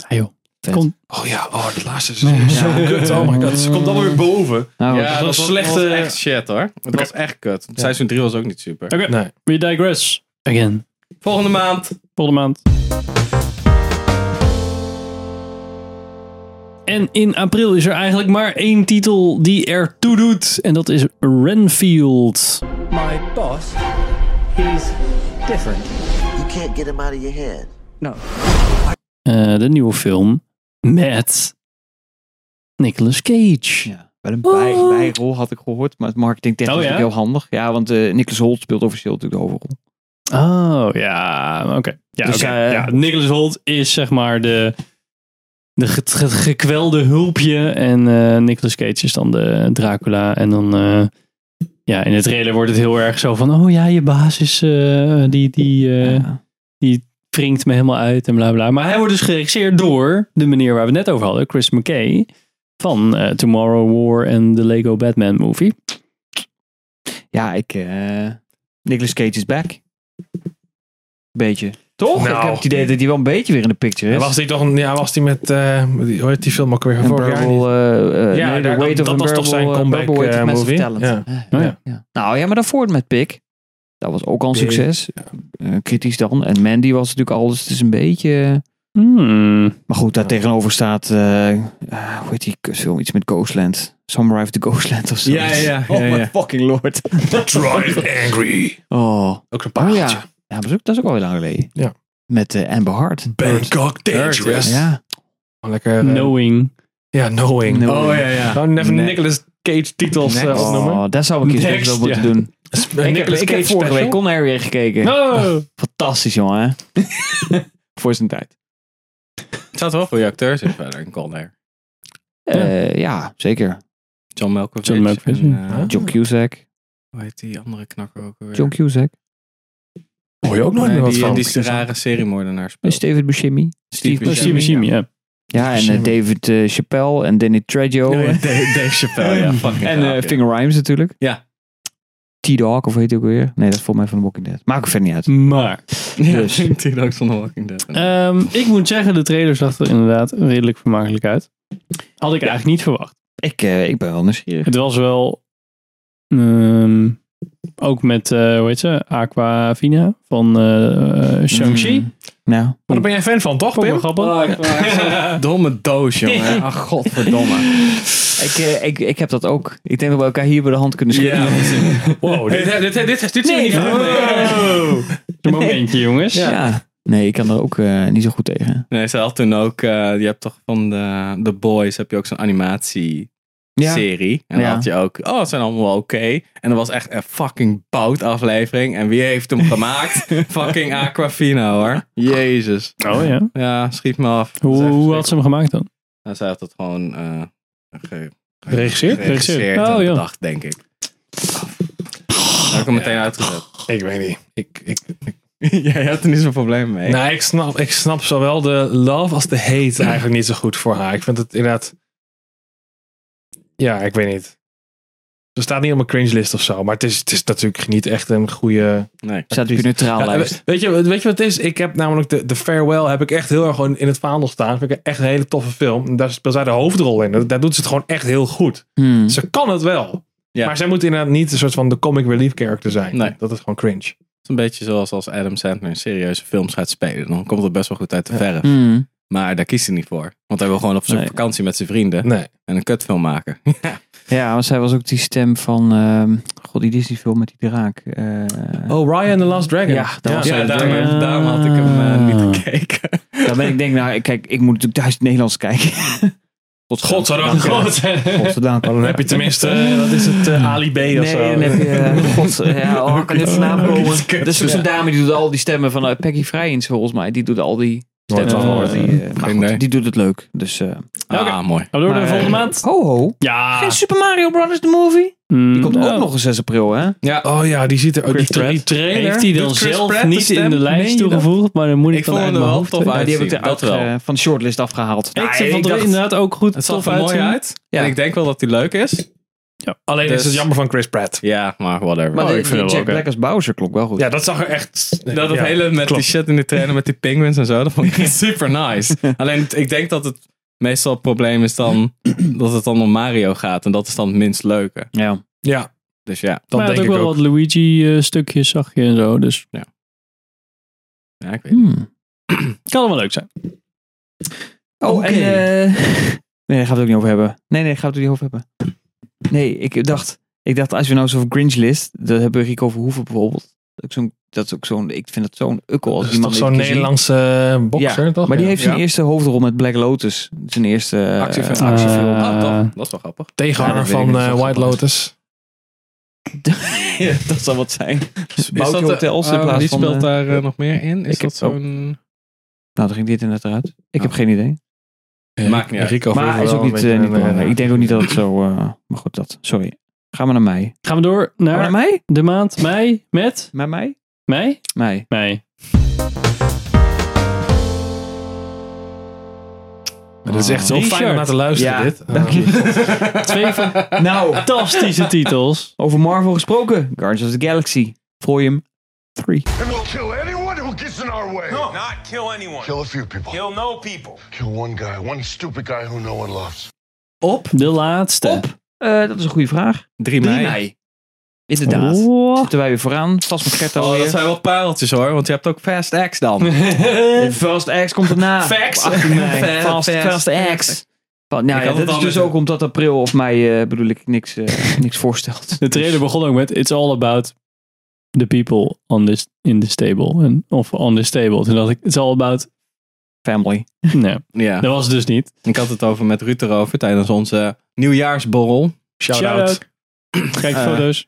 C: Ah, joh.
D: Vet.
C: Kom.
A: Oh ja, oh, dat laatste is zo kut. Oh my god, ze komt allemaal weer boven.
D: Nou,
B: Ja,
A: dat
B: dat
A: was
B: was
A: slechte-
B: was echt shit hoor. Het was echt kut. Seizoen 3 was ook niet super.
C: Oké,
A: Nee.
C: we digress. Again.
B: Volgende maand.
C: Volgende maand. En in april is er eigenlijk maar één titel die ertoe doet. En dat is Renfield.
E: My boss, he's different.
I: You can't get him out of your head.
E: No.
C: Eh, de nieuwe film met Nicolas Cage.
D: Ja, wel een bij, bijrol had ik gehoord, maar het marketingtechnisch
C: Oh, ja?
D: is natuurlijk heel handig. Ja, want eh Nicholas Holt speelt officieel natuurlijk de hoofdrol.
C: Oh, ja. Oké. Ja,
D: Dus,
C: oké.
D: eh,
C: ja, Nicholas Holt is zeg maar de, de ge- ge- gekwelde hulpje. En eh Nicolas Cage is dan de Dracula. En dan... eh, ja, in de trailer wordt het heel erg zo van... Oh ja, je baas is... eh, die, die, eh,
D: Ja.
C: wringt me helemaal uit en bla bla. Maar hij wordt dus geregisseerd door de meneer waar we het net over hadden, Chris McKay. Van eh, Tomorrow War en de Lego Batman movie.
D: ja, ik... eh Nicolas Cage is back. Beetje. Toch?
A: Nou.
D: Ik heb het idee dat hij wel een beetje weer in de picture
A: Ja,
D: is.
A: was die toch, een- ja, was die met, eh, met die- hoe heet die film ook weer van vorig jaar?
D: Unbearable, eh, eh,
A: Ja,
D: nee,
A: daar-
D: The Weight
A: dat-
D: of
A: dat was toch zijn
D: Unbearable, eh,
A: comeback,
D: Unbearable Weight of
A: eh,
D: Massive
A: movie?
D: Talent.
A: Ja.
D: Eh,
C: Oh,
D: ja, ja. Nou ja, maar daarvoor met Pik. Dat was ook al een
A: Pig,
D: succes. Eh, kritisch dan. En Mandy was natuurlijk alles. Het is een beetje...
C: Hmm.
D: Maar goed, daar tegenover staat... eh, eh, hoe heet die kutfilm? Iets met Ghostland. Samurai of the Ghostland of zo.
B: Ja, ja,
D: Oh
B: ja,
D: my
B: ja.
D: fucking lord.
A: Drive Angry.
D: Oh,
A: Ook zo'n
D: oh
A: paar.
D: ja. ja maar dat, is ook, dat is ook al heel lang geleden.
A: Ja.
D: Met eh, Amber Hart.
A: Bangkok Dangerous.
D: Ja.
A: Lekker. eh,
C: Knowing.
A: Ja, Knowing.
D: Knowing.
A: Oh ja, ja. Gewoon even
B: Nee.
A: Nicolas Cage titels eh,
D: Next.
A: opnoemen.
D: Oh, dat zou ik eens
C: Next,
D: wel moeten
C: ja.
D: doen.
A: Sp-
D: Ik heb,
A: Nicolas
D: ik heb
A: Cage
D: vorige week
A: special.
D: Con Air weer gekeken.
C: Oh.
D: Fantastisch, jongen. hè? Voor zijn tijd.
B: Het zat wel voor je acteurs in verder in Con Air.
D: Eh, ja, zeker.
B: John Malkovich.
C: John Malkovich,
B: en, eh,
A: ja.
D: John Cusack.
B: Hoe heet die andere knakker ook weer?
D: John Cusack.
A: Hoor je ook nooit
B: Nee,
A: meer wat
B: die,
A: van.
B: die is de rare seriemoordenaar
D: En
B: speelt.
D: David Buscemi.
B: Steve
C: Dat is Jimmy Jimmy, ja.
D: Ja, en eh,
A: Buscemi.
D: David eh, Chappelle en Danny Trejo.
B: Nee, Dave, Dave Chappelle, ja. Fucking
D: en eh,
B: grapje.
D: Finger Rhymes natuurlijk.
B: Ja.
D: T-Dog, of heet hij ook weer? Nee, dat is volgens mij van The Walking Dead. Maakt ook verder niet uit.
C: Maar.
B: Ja,
D: dus.
B: die Dogs on the Walking Dead.
A: Eh.
C: ehm, ik moet zeggen, de trailer zag er inderdaad redelijk vermakelijk uit. Had ik eigenlijk niet verwacht.
D: Ik, eh, ik ben wel nieuwsgierig.
C: Het was wel... ehm, ook met, eh hoe heet ze? Aquafina van eh eh, Shang-Chi.
D: Mm. Nou,
A: Maar daar ben jij fan van, toch,
C: Vond ik wel
A: Pim?
C: grappig.
B: Domme doos, jongen. Ach, godverdomme.
D: ik, eh, ik, ik heb dat ook. Ik denk dat we elkaar hier bij de hand kunnen schudden.
B: Ja,
A: Wow, dit, dit, dit, dit, dit zie je
D: Nee,
A: niet
D: van-
A: aankomen.
C: Een momentje, jongens.
D: Ja. Nee, ik kan er ook eh, niet zo goed tegen.
B: Nee, ze had toen ook, eh, je hebt toch van de, The Boys, heb je ook zo'n animatie
D: Ja.
B: serie. En dan
D: Ja.
B: had je ook, oh, het zijn allemaal wel oké. En dat was echt een fucking bout aflevering. En wie heeft hem gemaakt? fucking Aquafina hoor. Jezus.
C: Oh ja.
B: Ja, schiet me af. Dat is
C: Hoe,
B: echt
C: hoe had ze hem gemaakt dan?
B: Nou, zij had dat gewoon eh ge-
A: Geregisseerd?
B: geregisseerd
C: Oh,
B: en
C: ja.
B: bedacht, denk ik. Heb ik hem meteen uitgezet.
A: Ik weet niet. Ik, ik,
B: Jij had er niet zo'n probleem mee.
A: Nou, ik snap, ik snap zowel de love als de hate eigenlijk niet zo goed voor haar. Ik vind het inderdaad... Ja, ik weet niet. Ze staat niet op mijn cringe list of zo. Maar het is, het is natuurlijk niet echt een goede...
B: nee.
D: Staat op je neutraal
A: Ja,
D: lijst.
A: we- weet, je, wat- weet je wat het is? Ik heb namelijk de, de Farewell heb ik echt heel erg gewoon in het vaandel staan. Vind ik echt een hele toffe film. En Daar speelt zij de hoofdrol in. Daar doet ze het gewoon echt heel goed.
B: eh,
D: Hmm.
A: Ze kan het wel.
B: Mhm. Ja.
A: Maar zij moet inderdaad niet een soort van de comic relief character zijn.
B: Nee.
A: Dat is gewoon cringe.
B: Het is een beetje zoals als Adam Sandler serieuze films gaat spelen. Dan komt het best wel goed uit de verf.
D: Hmm.
B: Maar daar kiest hij niet voor. Want hij wil gewoon op zo'n
D: Nee.
B: vakantie met zijn vrienden
A: Nee.
B: en een kutfilm maken.
D: Ja, want zij was ook die stem van. ehm God, die Disney-film met die draak. eh,
A: Oh, Ryan the Last Dragon.
D: Ja, dat was
B: Ja,
D: zij.
B: daarom,
D: Ja.
B: daarom had ik hem eh, niet gekeken.
D: Daar ben ik denk, nou, kijk, ik moet natuurlijk duizend Nederlands kijken.
A: Godzijdank. Godzijdank.
D: Godzijdank.
A: Dan heb je tenminste, eh, dat is het
B: Mm.
A: eh, Ali B of
D: Nee,
A: zo.
D: dan heb je. eh, God, ja, oh, ik kan dit vandaan komen. Dat is dus een dame die doet al die stemmen van eh, Peggy Vrijens, volgens mij. Die doet al die
A: Nooit
D: stemmen.
A: van gehoord.
D: die, eh, maar
B: Geen
D: goed,
B: idee.
D: die doet het leuk. Dus. eh
B: Ah, mooi.
C: Gaan we Oh, door
D: maar,
C: naar de volgende
D: eh,
C: maand?
D: Ho ho.
A: Ja.
D: Geen Super Mario Brothers the movie.
C: Mm,
D: Die komt
C: oh.
D: ook nog een 6 april, hè?
B: Ja,
A: Oh ja, die ziet er ook.
C: Chris
A: Die, tra- die
C: Pratt.
A: trailer.
C: Heeft hij dan
A: Doet Chris
C: zelf
A: Pratt
C: niet
A: stem?
C: in de lijst
A: Meen je dat?
C: toegevoed, maar dan moet ik,
B: Ik
C: dan
B: vond
C: uit
B: hem
C: mijn
B: wel
C: hoofd
B: tof
C: weten.
D: Maar die heb ik
B: Uitzien,
D: eruit
B: dat wel.
D: eh, van de shortlist afgehaald.
C: Ik
A: Nee,
C: vond
A: ik
C: hem
A: dacht-
C: inderdaad ook goed
B: het zag
C: tof
B: er mooi
C: uitzien.
B: uit.
D: Ja.
B: En ik denk wel dat hij leuk is.
A: Alleen
B: Dus-
A: is het jammer van Chris Pratt.
B: Ja, maar whatever.
D: Maar
B: Oh,
D: die-
B: ik vind
D: die
B: het
D: Jack
B: wel
D: Black
B: oké.
D: als Bowser klopt wel goed.
A: Ja, dat zag er echt...
B: Dat het
A: ja,
B: hele met
A: klopt.
B: die shit in de trainer met die penguins en zo, dat vond ik echt super nice. Alleen het- ik denk dat het meestal het probleem is dan dat het dan om Mario gaat. En dat is dan het minst leuke.
D: Ja.
A: Ja,
B: Dus ja,
A: dat
C: maar hij
A: denk
C: had
A: ik
C: ook wel
A: ook.
C: wat Luigi-stukjes, zag je en zo. Dus
B: ja ik weet het.
D: Hmm.
C: kan wel leuk zijn.
D: Oh,
C: Oké.
D: en... eh, nee, daar gaan we het ook niet over hebben. Nee, nee, daar gaan we het ook niet over hebben. Nee, ik dacht... Ik dacht, als we nou zo'n Grinch list... Dat hebben we Rico Verhoeven bijvoorbeeld. Dat is, zo'n- dat is ook zo'n... Ik vind dat zo'n ukkel. Als
A: Dat is
D: iemand
A: toch zo'n
D: dit keer ziet.
A: Nederlandse eh, bokser, toch?
D: Maar die
A: Ja.
D: heeft zijn
A: Ja.
D: eerste hoofdrol met Black Lotus. Zijn eerste... eh,
B: Actiefilm.
D: eh,
B: Actiefilm.
C: eh,
B: Ah, toch? Dat is wel grappig.
A: tegenhanger
D: Ja, dat weet ik
A: van
D: niet,
A: eh,
D: dat is
A: White
D: wel
A: Lotus.
D: ja, dat zal wat zijn. Bouwt
B: dat de-
D: hotels in
B: eh,
D: plaats
B: Wie
D: van...
B: speelt
D: eh,
B: daar eh, nog meer in? Is
D: ik
B: dat
D: heb- oh.
B: zo'n...
D: Nou, dan ging dit inderdaad eruit. Ik heb
B: Oh.
D: geen idee.
B: Maakt niet uit.
A: Rico
D: Maar hij
A: Verhoeven
D: is ook
A: Ah. wel
D: niet,
A: een beetje
D: eh, niet
A: een,
D: belangrijk.
A: eh,
D: Ik denk ook niet dat het zo... eh, maar goed, dat. Sorry. Gaan we naar mei. Gaan
C: Gaan we door
D: we naar
C: naar
D: mei?
C: de maand mei met...
D: Naar mei?
C: Mei?
D: Mei.
C: Mei.
A: Maar Dat is echt zo fijn om
C: Richard.
A: naar te luisteren,
D: Ja.
A: dit. Eh,
D: Dank je.
C: Twee van-
D: nou,
C: fantastische titels.
D: Over Marvel gesproken. Guardians of the Galaxy. Volume 3.
F: And we'll kill anyone who gets in our way. No, not kill anyone. Kill a few people. Kill no people. Kill one guy, one stupid guy who no one loves.
D: Op?
C: De laatste.
D: Eh, dat is een goede vraag.
B: 3 mei.
D: Inderdaad.
C: Oh.
D: Zitten wij weer vooraan. Vast met Gert
B: Oh,
D: alweer.
B: dat zijn wel pareltjes hoor, want je hebt ook Fast X dan.
D: De First Eh, X komt erna.
B: Facts.
D: Op 18 mei.
B: Fa-
D: Fast,
B: fast.
D: First X. Van, nou
B: Ik
D: ja,
B: had
D: dat
B: het
D: is
B: al
D: dus
B: met-
D: ook omdat april of mei eh, bedoel ik niks, eh, niks voorstelt.
C: De trailer begon ook met It's all about the people on this, in this table. En, of on this table. Toen dacht ik, it's all about...
D: Dus Family.
C: Nee,
B: Ja,
C: dat was het dus niet.
B: ik had het over met Ruud erover tijdens onze nieuwjaarsborrel.
A: Shout-out.
C: Shout-out. Kijk
B: Eh,
C: foto's.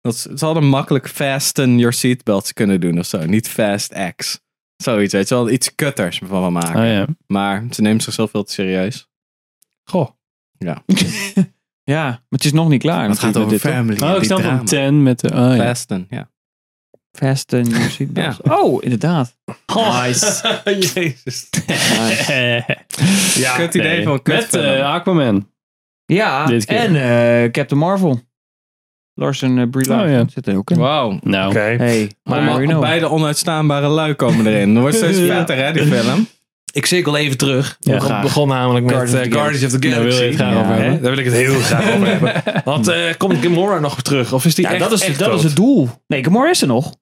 B: Dat ze, ze hadden makkelijk fasten your seatbelts kunnen doen of zo. Niet fast X. Zoiets, weet je wel. Iets kutters van maken.
C: Ah ja.
B: Maar ze neemt zichzelf veel te serieus.
A: Goh.
D: Ja, maar het is nog niet klaar. natuurlijk met dit,
B: family.
C: Oh, ik snap een ten met de... ah, ja.
B: Fasten, ja.
D: hoor. Fast and your seatbelts. Oh, inderdaad.
C: Nice.
A: Jezus.
D: Nice.
A: Ja,
B: Kut idee
C: Nee.
B: van een
C: Met
B: kutfilm.
C: eh, Aquaman.
D: Ja,
C: Dit keer.
D: en eh, Captain Marvel. Larson uh, Brie
C: Oh,
D: Larson
C: ja.
D: zit er ook in.
B: Wauw.
C: Nou,
A: Oké.
D: Hey,
B: Maar
D: maar you know.
B: beide onuitstaanbare lui komen erin. Dat wordt steeds vetter, hè, die film.
A: Ik cirkel even terug.
C: Ja,
A: ik
C: graag.
A: begon namelijk met
D: Guardians
A: eh,
D: of the
A: Guardians of the
C: Daar
A: Galaxy.
C: wil je het graag
D: Ja,
C: over hebben.
A: Hè? Daar wil ik het heel graag over hebben. Want eh, komt Gamora nog terug? Of is die
D: ja,
A: echt,
D: dat, is,
A: echt
D: dat
A: dood?
D: is het doel. Nee, Gamora is er nog.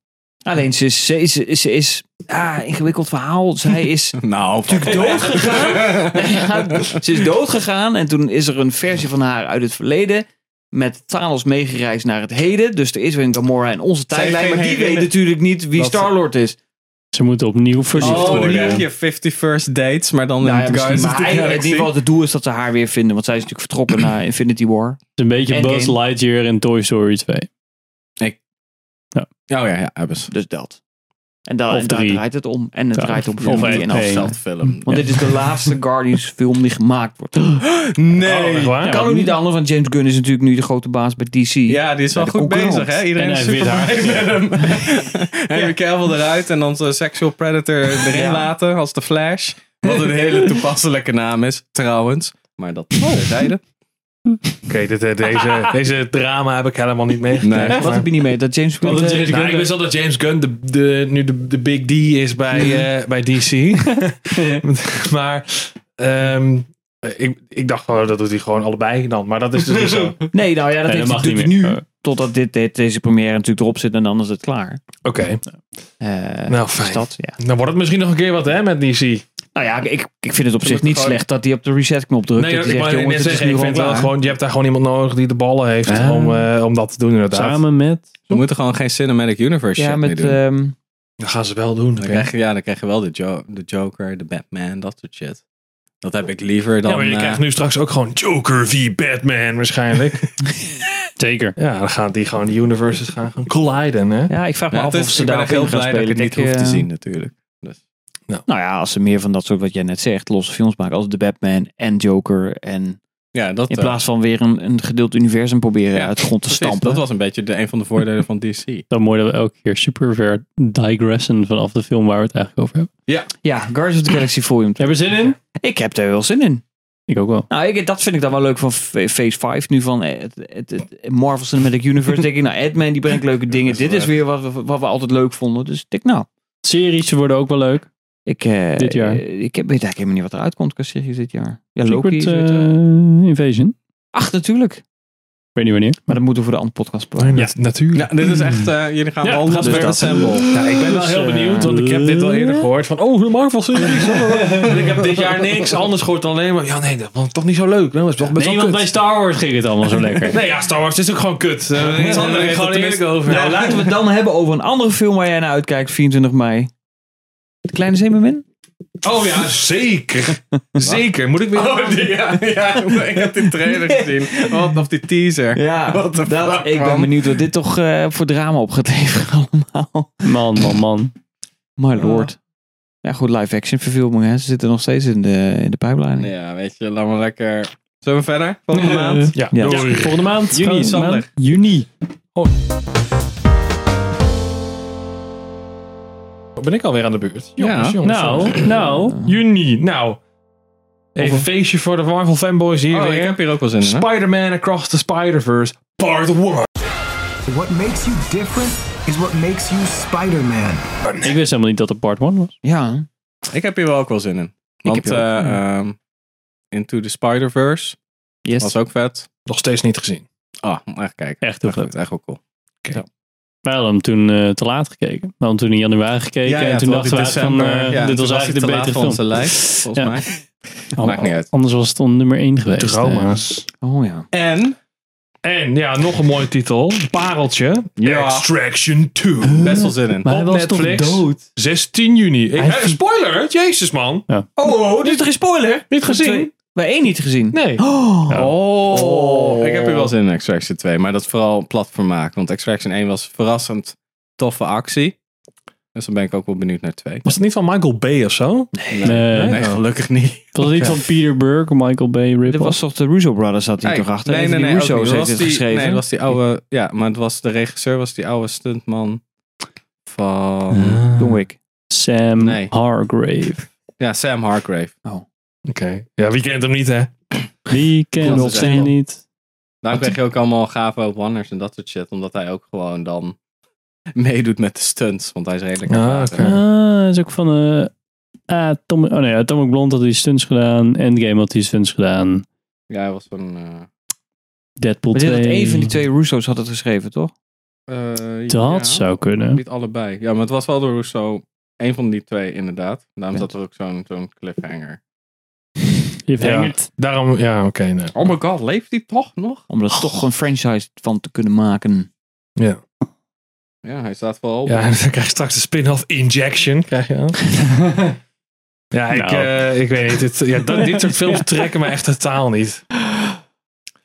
D: Alleen ze is, ze is, ze is, ze is- ah, ingewikkeld verhaal. Zij is
B: Nou,
D: doodgegaan. Ja, ze is doodgegaan en toen is er een versie van haar uit het verleden met Thanos meegereisd naar het heden. Dus er is weer een Gamora in onze tijdlijn,
B: geen
D: maar die weet
B: herinnering-
D: natuurlijk niet wie
B: dat ze-
D: Star-Lord is.
C: Ze moeten opnieuw verliefd
B: Oh, dan
C: worden.
B: krijg je 51st dates, maar dan
D: Nou ja,
B: in
D: misschien.
B: Guardians of
D: Maar
B: the
D: eigenlijk, in
B: Galaxy.
D: ieder geval, het doel is dat ze haar weer vinden. Want zij is natuurlijk vertrokken naar Infinity War. Het
C: is een beetje Buzz Lightyear in Toy Story 2.
B: Oh ja, ja, hebben ze.
D: Dus dat. En, daar
C: Of
D: en daar
C: drie.
D: draait het om. En het
C: Ja.
D: draait om
C: Of
D: film die
C: één.
D: in afstand.
B: film.
D: Want dit is de laatste Guardians film die gemaakt wordt.
B: Nee.
A: Oh,
D: Ja, kan ook niet anders, want James Gunn is natuurlijk nu de grote baas bij DC.
B: Ja, die is wel
D: Bij de
B: goed
D: concurrent.
B: bezig, hè? Iedereen is super blij met hem. Henry Cavill eruit en dan zo'n sexual predator erin
D: Ja.
B: laten als de Flash. Wat een hele toepasselijke naam is, trouwens. Maar dat terzijde.
A: Oké, dit, eh, deze, deze drama heb ik helemaal niet meegekregen.
B: Nee.
D: Wat heb je niet mee? Dat James Gunn...
A: Nou, ik wist al dat James Gunn de, de, nu de, de big D is bij, eh, bij DC. maar ehm, ik, ik dacht gewoon dat doet hij gewoon allebei dan. Maar dat is dus niet zo. Oké.
D: Nee, nou
C: Nee,
D: ja, dat,
C: dat
D: heeft
C: mag
D: hij
C: niet
D: natuurlijk nu.
C: meer. Eh.
D: Totdat dit, dit- deze première natuurlijk erop zit en dan is het klaar. Eh,
A: Nou,
D: dus
A: fijn.
D: dat, ja.
A: Dan wordt het misschien nog een keer wat hè, met DC.
D: Nou ja, ik, ik vind het op zich
A: moeten
D: niet
A: gewoon-
D: slecht dat hij op de reset-knop drukt.
A: Nee,
D: dat
A: ik,
D: hij zegt,
A: wou
D: jongens,
A: net
D: het is
A: zeggen,
D: nu
A: ik
D: gewoon
A: vind wel
D: klaar.
A: gewoon, je hebt daar gewoon iemand nodig die de ballen heeft
D: Ja.
A: om, eh, om dat te doen inderdaad.
C: Samen met...
B: We moeten gewoon geen Cinematic Universe
D: Ja,
B: shit meer
D: met...
B: doen.
D: ehm,
A: Dat gaan ze wel doen.
B: Dan
A: oké.
B: krijg je, ja, dan krijg je wel de, jo- de Joker, de Batman, dat soort shit. Dat heb ik liever dan...
A: ja, maar je
B: eh,
A: krijgt nu straks ook gewoon Joker v Batman waarschijnlijk.
C: Zeker.
A: ja, dan gaan die gewoon, die universes gaan gewoon colliden hè.
D: ja, ik vraag me
B: ja,
D: af
B: het
D: of
B: is,
D: ze
B: ik ben
D: daar
B: echt heel
D: veel gaan
B: blij dat ik
D: spelen.
B: het niet
D: Ik,
B: hoef te
D: eh,
B: zien, natuurlijk.
D: Nou ja, als ze meer van dat soort wat jij net zegt, losse films maken als de Batman en Joker. En
B: Ja, dat...
D: in
B: eh,
D: plaats van weer een, een gedeeld universum proberen uit de grond te
B: precies,
D: stampen.
B: Dat was een beetje de, een van de voordelen van DC.
C: Dan mooi dat we elke keer super ver digressen vanaf de film waar we het eigenlijk over hebben.
D: Ja, Guardians of the Galaxy Volume 2.
C: Heb je er zin in?
D: Ik heb er wel zin in.
C: Ik ook wel.
D: Nou, ik, dat vind ik dan wel leuk van F- eh, Phase 5 nu van eh, het, het, het Marvel Cinematic Universe. denk ik, nou, Edman die brengt leuke dingen.
B: Dat is
D: Dit is
B: waar.
D: weer wat we, wat we altijd leuk vonden. Dus ik denk, nou,
C: Series worden ook wel leuk.
D: ik, eh,
C: Dit jaar.
D: eh, ik heb, weet eigenlijk helemaal niet wat eruit komt qua series dit jaar. Ja, Loki.
C: Secret
D: is weer terug.
C: eh, Invasion.
D: Ach, natuurlijk.
C: Ik weet niet wanneer.
D: Maar dat moeten we voor de andere podcast
A: Ja,
D: bewaren.
A: natuurlijk.
B: Nou, dit is echt... eh, jullie gaan
C: Ja,
B: wel anders
C: dus
B: weer
C: dat.
B: assemble.
A: Ja, ik ben wel
C: Dus,
A: heel
C: eh,
A: benieuwd, want ik heb dit al eerder gehoord van, oh, de Marvel series. En ik heb dit jaar niks anders gehoord dan alleen maar, ja nee, dat was toch niet zo leuk. Dat was toch best
C: Nee,
A: wel
C: want
A: kut.
C: bij Star Wars ging het allemaal zo lekker.
A: Nee, ja, Star Wars is ook gewoon kut. Eh, niks
B: Ja,
A: anders,
B: ja,
A: gewoon
B: tenminste-
A: eerlijk over.
D: Nou, laten we het dan hebben over een andere film waar jij naar uitkijkt, 24 mei. De Kleine Zeemermin?
A: Oh ja, zeker. zeker. Moet ik weer...
B: Oh, die- ja, ja, ik heb die trailer gezien. Wat, of die teaser.
D: Ja,
B: What the
D: dat,
B: fuck,
D: ik ben
B: man.
D: benieuwd wat dit toch eh, voor drama op gaat leveren allemaal.
C: Man, man, man.
D: My lord. Ja goed, live action verfilming hè. Ze zitten nog steeds in de, in de pijplijn.
B: Ja, weet je, laat maar lekker. Zullen we verder? Volgende maand.
A: Ja,
D: Ja.
A: door.
C: Volgende maand.
B: Juni,
C: Volgende
B: Sander.
C: maand. Juni.
A: Ben ik alweer aan de beurt? Jongens,
B: Ja. Oh,
A: jongens, jongens.
C: Nou, nou.
A: Juni. Nou, even een feestje voor de Marvel fanboys hier
B: Oh, ik
A: weer.
B: heb hier ook wel zin in. hè?
A: Spider-Man Across the Spider-Verse Part 1.
L: What makes you different is what makes you Spider Man.
C: Ik wist helemaal niet dat het part 1 was.
D: Ja.
B: Ik heb hier wel ook wel zin in. Want
D: heb hier ook-
B: eh, ehm, Into the Spider-Verse
D: Yes.
B: was ook vet.
A: Nog steeds niet gezien.
B: Ah, oh, echt kijk.
C: Echt heel
B: Echt
C: leuk.
B: goed, echt wel cool.
C: Wij hadden hem toen eh, te laat gekeken. We hadden hem toen in januari gekeken. en
B: het
C: toen dachten we
B: was
C: eigenlijk van,
B: december.
C: eh,
B: Ja, toen
C: dit was
B: hij
C: eigenlijk
B: te
C: de
B: laat
C: betere
B: voor
C: film.
B: onze lijst, volgens
C: Ja.
B: mij. Maakt niet uit.
C: Anders was het dan nummer 1 geweest. eh.
A: Trauma's.
D: Oh ja.
B: En,
A: En ja, nog een mooie titel. Pareltje.
B: Ja.
A: Extraction 2.
B: best wel zin in.
C: Maar hij
A: Op
C: was
A: Netflix.
C: toch dood?
A: 16 juni. Ik,
C: Hij-
A: hey, spoiler! Jezus man.
C: Ja.
A: Oh, oh, dit
D: Is er geen spoiler?
A: niet gezien.
D: Bij één niet gezien.
A: Nee.
D: Oh.
B: Oh. Ik heb hier wel zin in Extraction 2, maar dat is vooral platform maken. Want Extraction 1 was verrassend toffe actie. Dus dan ben ik ook wel benieuwd naar 2.
A: Was het niet van Michael Bay of zo?
C: Nee.
B: Nee, gelukkig niet.
C: Het was niet van Peter Burke, Michael Bay, Rip.
D: Dit was toch de Russo Brothers zat hij
B: Hey,
D: toch achter?
B: Nee,
D: Een
B: nee,
D: van
B: nee.
D: die
B: ook
D: Russo's
B: niet. Was
D: heeft het
B: die-
D: geschreven.
B: Nee, dat was die oude... Ja, maar het was de regisseur was die oude stuntman van...
D: John Wick.
C: Sam
B: Nee.
C: Hargrave.
B: Ja, Sam Hargrave.
A: Oké. Ja, wie kent hem niet, hè?
C: Wie kent
B: Dat is echt
C: hem
B: wel-
C: niet?
B: Daarom kreeg je ook allemaal gave one-ers en dat soort shit. Omdat hij ook gewoon dan meedoet met de stunts. Want hij is redelijk
A: Ah,
B: ervaren.
A: oké.
C: Ah, hij is ook van... eh Atomic, oh nee, Atomic Blonde had die stunts gedaan. Endgame had die stunts gedaan.
B: Ja, hij was van... eh,
C: Deadpool
D: Maar
C: 2.
D: dit had één van die twee Russo's had het geschreven, toch?
B: eh,
C: Dat
B: ja.
C: zou kunnen.
B: Niet allebei. Ja, maar het was wel door Rousseau. Eén van die twee, inderdaad. Daarom zat er ook zo'n zo'n cliffhanger.
C: Je verhangt.
A: Daarom, ja, oké. nee.
B: Oh my god, leeft die toch nog?
D: Om er toch een franchise van te kunnen maken.
B: Ja, hij staat wel op.
A: Ja, dan krijg je straks de spin-off Injection. Krijg je aan. ja, ik,
B: Nou.
A: eh, ik weet niet. Dit, ja, dat, dit soort films trekken me echt totaal niet.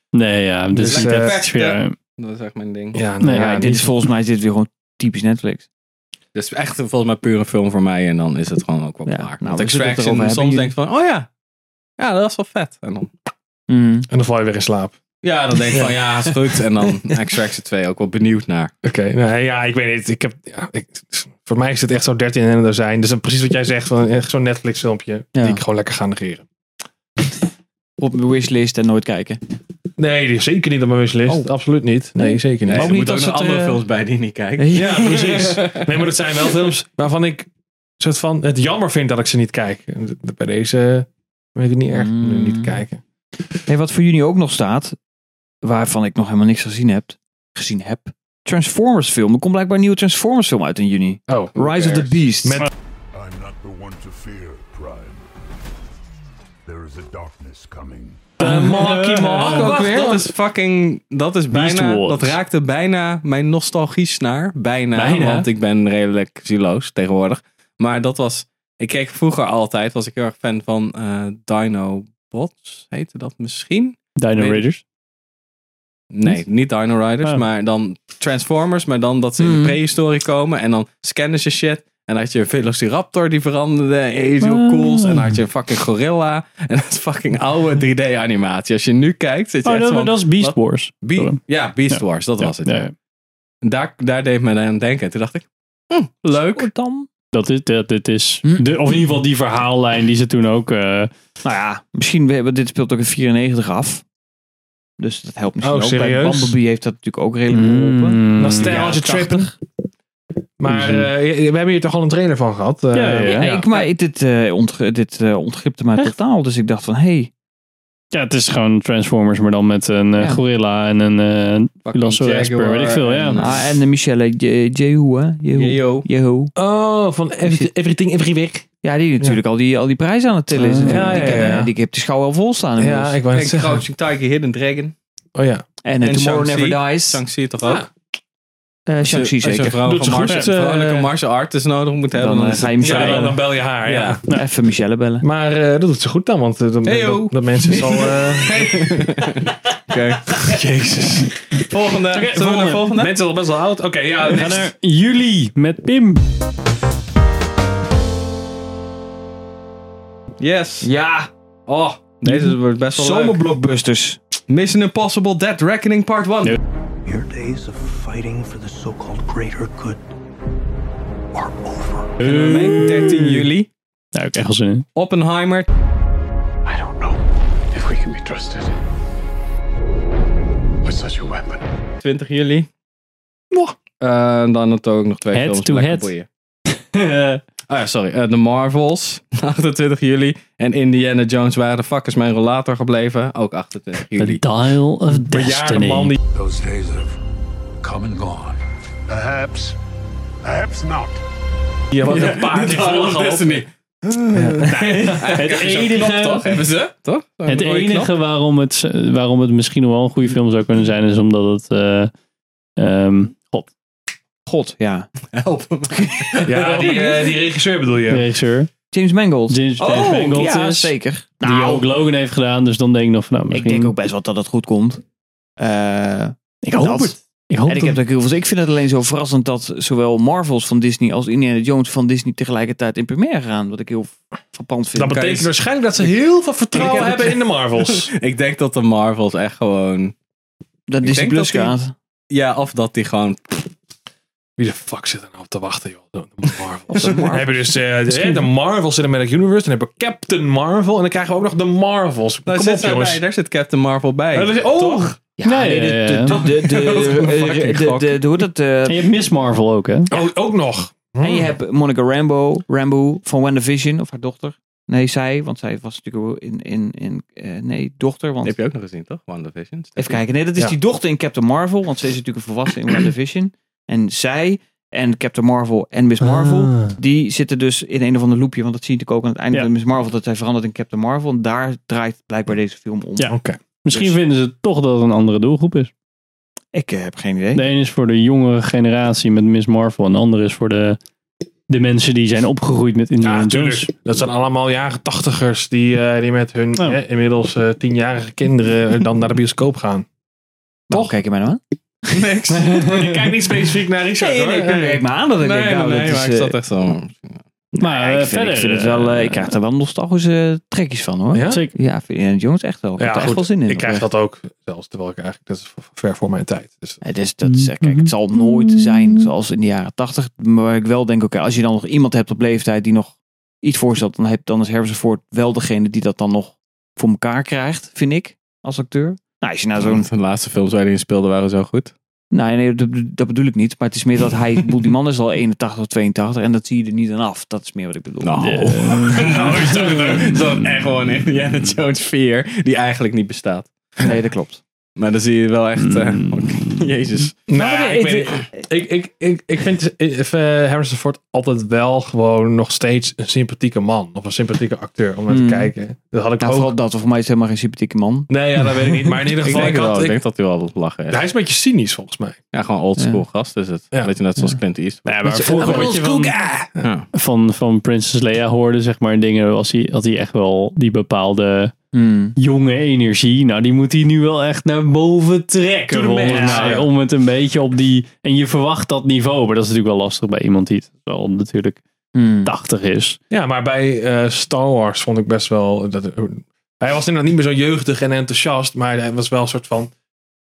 C: Nee, ja. dus
A: dit is niet echt
B: perfect. Dat is echt mijn ding.
A: Ja,
D: nee, ja, dit is volgens mij is dit weer gewoon typisch Netflix.
B: Dit is echt volgens mij puur een film voor mij en dan is het gewoon ook wel klaar.
D: nou,
B: Want
D: we zullen het
B: Extraction,
D: erover
B: soms
D: hebben.
B: denk ik van, oh ja, ja, dat was wel vet. En dan, Mm.
A: En dan val je weer in slaap.
B: ja, dan denk ik van, ja, is goed. En dan Extraction 2 ook wel benieuwd naar.
A: Oké, nou, ja, ik weet niet. Ik heb, ja, ik, voor mij is het echt zo'n 13 en er zijn. Dus dan precies wat jij zegt, van echt zo'n Netflix filmpje
D: Ja.
A: die ik gewoon lekker ga negeren.
D: Op mijn wishlist en nooit kijken.
A: Nee, die is zeker niet op mijn wishlist. Oh, Absoluut niet. Nee,
D: Nee.
A: zeker niet. eh,
D: Nee,
A: Er
D: ook
A: moeten
D: niet als
A: nog
D: het, eh,
B: bij die niet kijken.
A: Ja, precies. Nee, maar dat zijn wel films waarvan ik soort van het jammer vind dat ik ze niet kijk. En d- Bij deze weet ik het niet erg nu niet kijken.
D: Hey, wat voor juni ook nog staat, waarvan ik nog helemaal niks gezien heb, gezien heb. Transformers film. Er komt blijkbaar een nieuwe Transformers film uit in juni.
A: Oh,
D: Rise of the Beast.
A: Met-
M: I'm not the one to fear, Prime. There is a darkness coming.
B: De
M: Monkey Monkey.
B: Oh, wacht, dat is fucking, dat is
M: Beast
B: bijna,
M: Wars.
B: dat raakte bijna mijn nostalgie snaar. Bijna,
M: Bijna?
B: want ik ben redelijk zieloos tegenwoordig. Maar dat was, ik keek vroeger altijd, was ik heel erg fan van eh Dino Bots, heette dat misschien?
C: Dino
B: Weet-
C: Raiders.
B: Nee, niet Dino Riders,
C: Ah.
B: maar dan Transformers, maar dan dat ze in
C: Mhm.
B: de prehistorie komen en dan scannen ze shit. En dan had je een Velociraptor die veranderde, iets heel
C: Ah.
B: cools. En dan had je een fucking gorilla. En dat is fucking oude 3D-animatie. Als je nu kijkt, zit je
C: Oh,
B: echt
C: dat,
B: van,
C: dat is Beast
B: wat?
C: Wars.
B: Be-
C: Sorry.
B: ja, Beast
C: Ja.
B: Wars, dat
C: Ja,
B: was het.
C: ja,
B: ja.
C: ja.
B: En Daar, daar deed mij aan denken. Toen dacht ik, hm, leuk.
C: Dat is, dat, dit is de, of in ieder geval die verhaallijn die ze toen ook... eh,
D: Nou ja, misschien, we hebben- dit speelt ook in 94 af. Dus dat helpt misschien
A: Oh,
D: ook.
A: serieus? Mhm.
D: Bij Bumblebee heeft dat natuurlijk ook redelijk geholpen.
C: mm.
A: Mm, Nostalgia trippen. Maar eh, we hebben hier toch al een trailer van gehad. eh,
D: ja, Ik, maar ik- dit, eh ontge- dit eh, ontgripte mij totaal. Dus ik dacht van, hey,
C: Ja, het is gewoon Transformers, maar dan met een eh,
D: Ja.
C: gorilla en een eh Velociraptor, weet ik veel, ja.
D: En, ah,
B: eh,
D: en de Michelle Je- Jehu, hè? Jehu.
B: Jehu.
D: Jehu.
A: Oh, van Every- Everything Everywhere.
D: Ja, die natuurlijk Al, die, al die prijzen aan het tillen is.
A: Ah,
D: natuurlijk.
A: ja,
D: die,
A: ja,
D: ken-
A: ja.
D: die heb de schouw al vol staan. inmiddels.
A: ik wou net
B: En Crouching Tiger, Hidden Dragon.
A: Oh ja.
D: En, eh, Tomorrow Never Dies.
B: Shang-Chi toch ook?
D: Eh,
B: Als je-
D: Ah, Shang-Chi
B: als je
D: zeker.
B: een vrouw
D: Doet
B: van
D: ze
B: martial-
D: goed, eh,
B: vrouwelijke martial artist nodig moet hebben,
D: dan,
B: dan
D: eh,
B: is
D: ga je
B: het-
D: hem
B: Ja,
D: bellen.
B: dan-
A: Dan bel je haar, ja.
D: Ja. Even Michelle bellen.
A: Maar eh, dat doet ze goed dan, want eh, dan,
B: Hey,
A: dat,
B: yo.
A: dat mensen zal... eh,
B: Oké.
A: Jezus.
B: Volgende. Zullen we naar volgende?
A: Mensen al best wel oud. Oké, ja.
C: We gaan naar juli met Pim.
B: Yes.
D: Ja.
B: Oh, deze wordt best wel
D: Zomerblockbusters.
B: Mission Impossible Dead Reckoning Part 1.
N: Your days of fighting for the so-called greater good.
B: Domein, 13 juli.
C: Daar heb ik echt wel zin in.
B: Oppenheimer.
F: If we can be trusted with such a weapon.
B: 20 juli. Eh, en dan natuurlijk nog twee
C: Head
B: films.
C: to
B: Black
C: head.
B: Boyer. Ah ja, sorry. Eh, The Marvels, 28 juli. En Indiana Jones, waar de fuck is mijn rollator gebleven? Ook 28 juli.
C: Dial of
M: Those days have come and gone. Perhaps. Perhaps not.
A: Je
M: was
A: wordt
M: een paard in volle galop.
C: Het
B: enige- toch? Hebben ze? Toch?
C: Het enige waarom het, waarom het misschien nog wel een goede film zou kunnen zijn, is omdat het... eh, ehm, God.
D: God, ja.
B: Help
A: Ja, die, eh, die regisseur bedoel je?
C: De regisseur.
D: James Mangold.
C: James, James
D: Oh,
C: Mangold
D: ja,
C: is,
D: zeker.
C: Die
D: Nou.
C: ook Logan heeft gedaan, dus dan denk ik nog van nou
D: Ik
C: misschien...
D: denk ook best wel dat het goed komt. Eh,
C: Ik hoop
D: dat.
C: het. Ik hoop
D: en ik
C: het.
D: heb er ook heel veel. Ik vind het alleen zo verrassend dat zowel Marvels van Disney als Indiana Jones van Disney tegelijkertijd in première gaan. Wat ik heel verpand vind.
A: Dat betekent waarschijnlijk dat ze heel veel vertrouwen hebben in de Marvels.
B: ik denk dat de Marvels echt gewoon...
D: Dat
A: Disney Plus gaat.
B: Ja, of dat die gewoon...
A: Wie de fuck zit er nou op te wachten, joh? De de Marvels. We hebben dus eh, de, eh, de Marvel Cinematic Universe, dan hebben we Captain Marvel en dan krijgen we ook nog de Marvels.
B: Daar
A: Kom
B: Nou, zit,
A: op,
B: zij
A: jongens.
B: bij, daar zit Captain Marvel bij.
A: Ja, dat is- oh!
D: Ja, nee, de, de, de, de, de, de, de, de- hoe dat... eh,
C: En je hebt Miss Marvel ook, hè?
A: Oh, ook nog. Hmm.
D: En je hebt Monica Rambo, Rambo van WandaVision, of haar dochter. Nee, zij, want zij was natuurlijk in... in, in eh, nee, dochter, want...
B: heb je ook nog gezien, toch? WandaVision.
D: Even kijken. Nee, dat is
B: Ja.
D: die dochter in Captain Marvel. Want ze is natuurlijk een volwassen in WandaVision. En zij en Captain Marvel en Miss Marvel.
C: Ah.
D: Die zitten dus in een of ander loopje. Want dat zie je natuurlijk ook aan het einde
C: Ja.
D: van Miss Marvel. Dat zij verandert in Captain Marvel. En daar draait blijkbaar deze film om.
C: Ja.
A: Oké.
D: Dus-
C: Misschien vinden ze toch dat het een andere doelgroep is.
D: Ik eh, heb geen idee.
C: De een is voor de jongere generatie met Miss Marvel. En de andere is voor de, de mensen die zijn opgegroeid met Indiana
A: Ja,
C: Jones.
A: natuurlijk. Dat zijn allemaal jaren tachtigers die, eh, die met hun
C: Oh.
A: eh, inmiddels eh, tienjarige kinderen eh, dan naar de bioscoop gaan.
D: Toch? Kijk je mij nou aan?
A: Niks. ik kijk niet specifiek naar Richard.
D: Nee, nee,
A: hoor.
D: ik kijk me aan dat ik
A: nee,
D: denk,
A: nee,
D: nou,
A: nee,
D: dat is,
A: maar ik
D: eh,
A: zat echt zo.
C: Maar
D: ik
C: eh,
D: vind,
C: verder.
D: ik vind het wel, eh, ik krijg er wel nostalgische eh, trekjes van hoor.
A: Ja?
C: Zeker.
D: Ja, vind Indiana Jones echt wel. Ik heb er echt wel zin in.
A: Ik krijg
D: oprecht.
A: dat ook zelfs, terwijl ik eigenlijk, dat is v- ver voor mijn tijd. Dus,
D: Het, is, dat is, eh,
B: Mhm.
D: kijk, het zal nooit zijn zoals in de jaren tachtig. Maar waar ik wel denk, oké, als je dan nog iemand hebt op leeftijd die nog iets voorstelt, dan, heb, dan is Herzenvoort wel degene die dat dan nog voor elkaar krijgt, vind ik, als acteur. Nou, als je nou zo'n...
B: De laatste films waar hij in speelde waren zo goed.
D: Nee, nee dat, dat bedoel ik niet. Maar het is meer dat hij... ik bedoel, die man is al 81 of 82 en dat zie je er niet aan af. Dat is meer wat ik bedoel.
B: nou, is dat een- zo'n echt gewoon Indiana Jones 4, die eigenlijk niet bestaat.
D: Nee, dat klopt.
B: Maar dan zie je wel echt, eh, jezus.
A: Nou, ik, weet- ik, ik, ik, ik vind eh, Harrison Ford altijd wel gewoon nog steeds een sympathieke man. Of een sympathieke acteur, om naar te
D: Mm.
A: kijken. Dat had ik
D: Nou,
A: ook.
D: vooral dat. Voor mij is hij helemaal geen sympathieke man.
A: Nee, ja, dat weet ik niet. Maar in ieder
B: Ik
A: geval,
B: denk,
A: ik
B: wel,
A: had-
B: ik
A: ik-
B: denk dat hij wel wat lachen heeft.
A: hij is een beetje cynisch volgens mij.
B: Ja, gewoon old school gast is het.
A: Ja.
B: Weet je, net zoals Clint Eastwood.
A: Ja, maar
B: Met z'n-
A: vroeger
B: Old
A: weet je
B: school
A: wel-
B: guy. Ja.
C: Van, van Princess Leia hoorde, zeg maar, dingen. Was hij, had hij echt wel die bepaalde
B: Hmm.
C: jonge energie. Nou, die moet hij nu wel echt naar boven trekken.
A: To the
C: volgens
A: max,
C: mij,
A: ja.
C: Om het een beetje op die. En je verwacht dat niveau. Maar dat is natuurlijk wel lastig bij iemand die het wel natuurlijk
D: Hmm.
C: 80 is.
A: Ja, maar bij eh, Star Wars vond ik best wel. Dat, hij was inderdaad niet meer zo jeugdig en enthousiast, maar hij was wel een soort van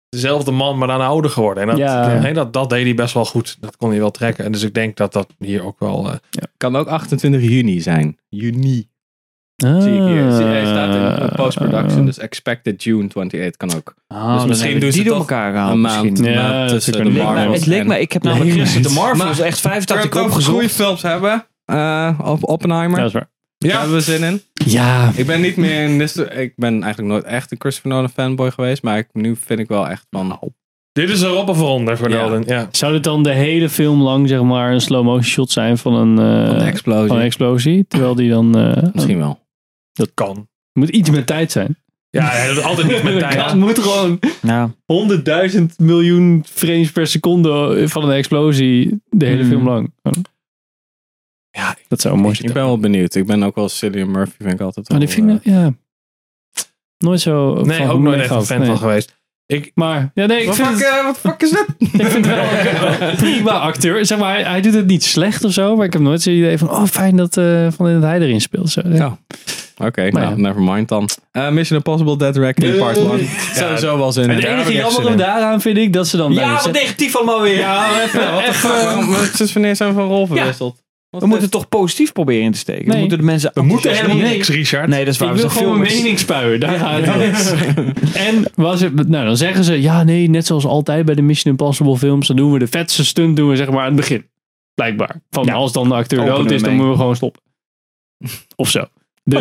A: dezelfde man, maar dan ouder geworden. En dat,
C: Ja.
A: nee, dat, dat deed hij best wel goed. Dat kon hij wel trekken. En dus ik denk dat dat hier ook wel. eh,
B: Kan ook 28 juni zijn. Juni.
C: Ah.
B: Zie ik hier. Zie, hij staat in post-production, dus expected June 28 kan ook.
D: Ah,
B: dus
D: dan
B: misschien
D: hebben
B: doen
D: die
B: ze
D: door
B: toch
D: elkaar gehaald
B: een maand,
D: misschien.
B: een
D: Ja,
B: maand
D: dat
B: tussen de
D: kunnen we-
B: Marvels.
D: Het leek
B: en-
D: mij- ik heb namelijk
B: Nee,
D: gisteren de
B: niet.
D: Marvels echt 85
B: kunnen we ook
D: opgezocht.
B: goede films hebben. Eh, op Oppenheimer.
C: Dat is waar.
B: Daar hebben we zin in.
C: Ja.
B: Ik ben niet meer in dit- Ik ben eigenlijk nooit echt een Christopher Nolan fanboy geweest, maar ik, nu vind ik wel echt van.
A: Dit is erop of onder voor Nolan. Ja.
C: Zou dit dan de hele film lang, zeg maar, een slow-motion shot zijn van een, eh,
B: Van een explosie.
C: van een explosie? Terwijl die dan. eh,
B: Misschien wel.
A: Dat kan.
C: Moet iets met tijd zijn.
A: Ja, hij doet altijd niet met tijd.
C: Het moet gewoon
D: Nou,
C: 100.000 miljoen frames per seconde van een explosie de
A: Hmm.
C: hele film lang.
A: Ja,
C: dat zou mooi
B: Ik ben wel benieuwd. Ik ben ook wel Cillian Murphy, vind ik altijd.
C: Maar
B: wel, eh.
C: die vind ik, ja. Nooit zo.
A: Oh, Nee,
C: van
A: ook nooit echt
C: meegehaald,
A: een fan
C: nee.
A: van geweest. Ik,
C: maar, ja, nee, ik
A: Wat
C: vind
A: fuck,
C: het-
B: wat fuck is dat?
C: ik vind het wel een prima acteur. Zeg maar, hij, hij doet het niet slecht of zo, maar ik heb nooit zo'n idee van, oh fijn dat, eh, van dat hij erin speelt. Zo.
B: Ja. eh, Oké,
C: Maar
B: nou,
C: ja.
B: never mind dan. Eh, Mission Impossible Dead Reckoning Part 1. Sowieso wel zin in.
C: Het
B: Daar heb
C: enige
B: ik echt zin
C: jammer
B: in.
C: daaraan vind ik dat ze dan... bij de set-
D: negatief allemaal weer.
C: Ja, even- even-
B: Waarom- Sinds wanneer zijn we van rol verwisseld?
D: We moeten toch positief proberen in te steken. We
C: Nee.
D: moeten de mensen
A: we moeten
D: enthousiast
A: helemaal
D: maken.
A: niks, Richard.
D: Nee, dat is waar.
C: Ik
D: we
C: wil
D: zijn
C: gewoon mijn
D: filmers.
C: mening spuien. Daar gaat het om. En was het, nou, dan zeggen ze, ja nee, net zoals altijd bij de Mission Impossible films, dan doen we de vetste stunt doen we zeg maar aan het begin. Blijkbaar. Van als dan de acteur
D: Openen
C: dood
D: we
C: is, dan
D: mee.
C: moeten we gewoon stoppen. Of zo.
D: Maar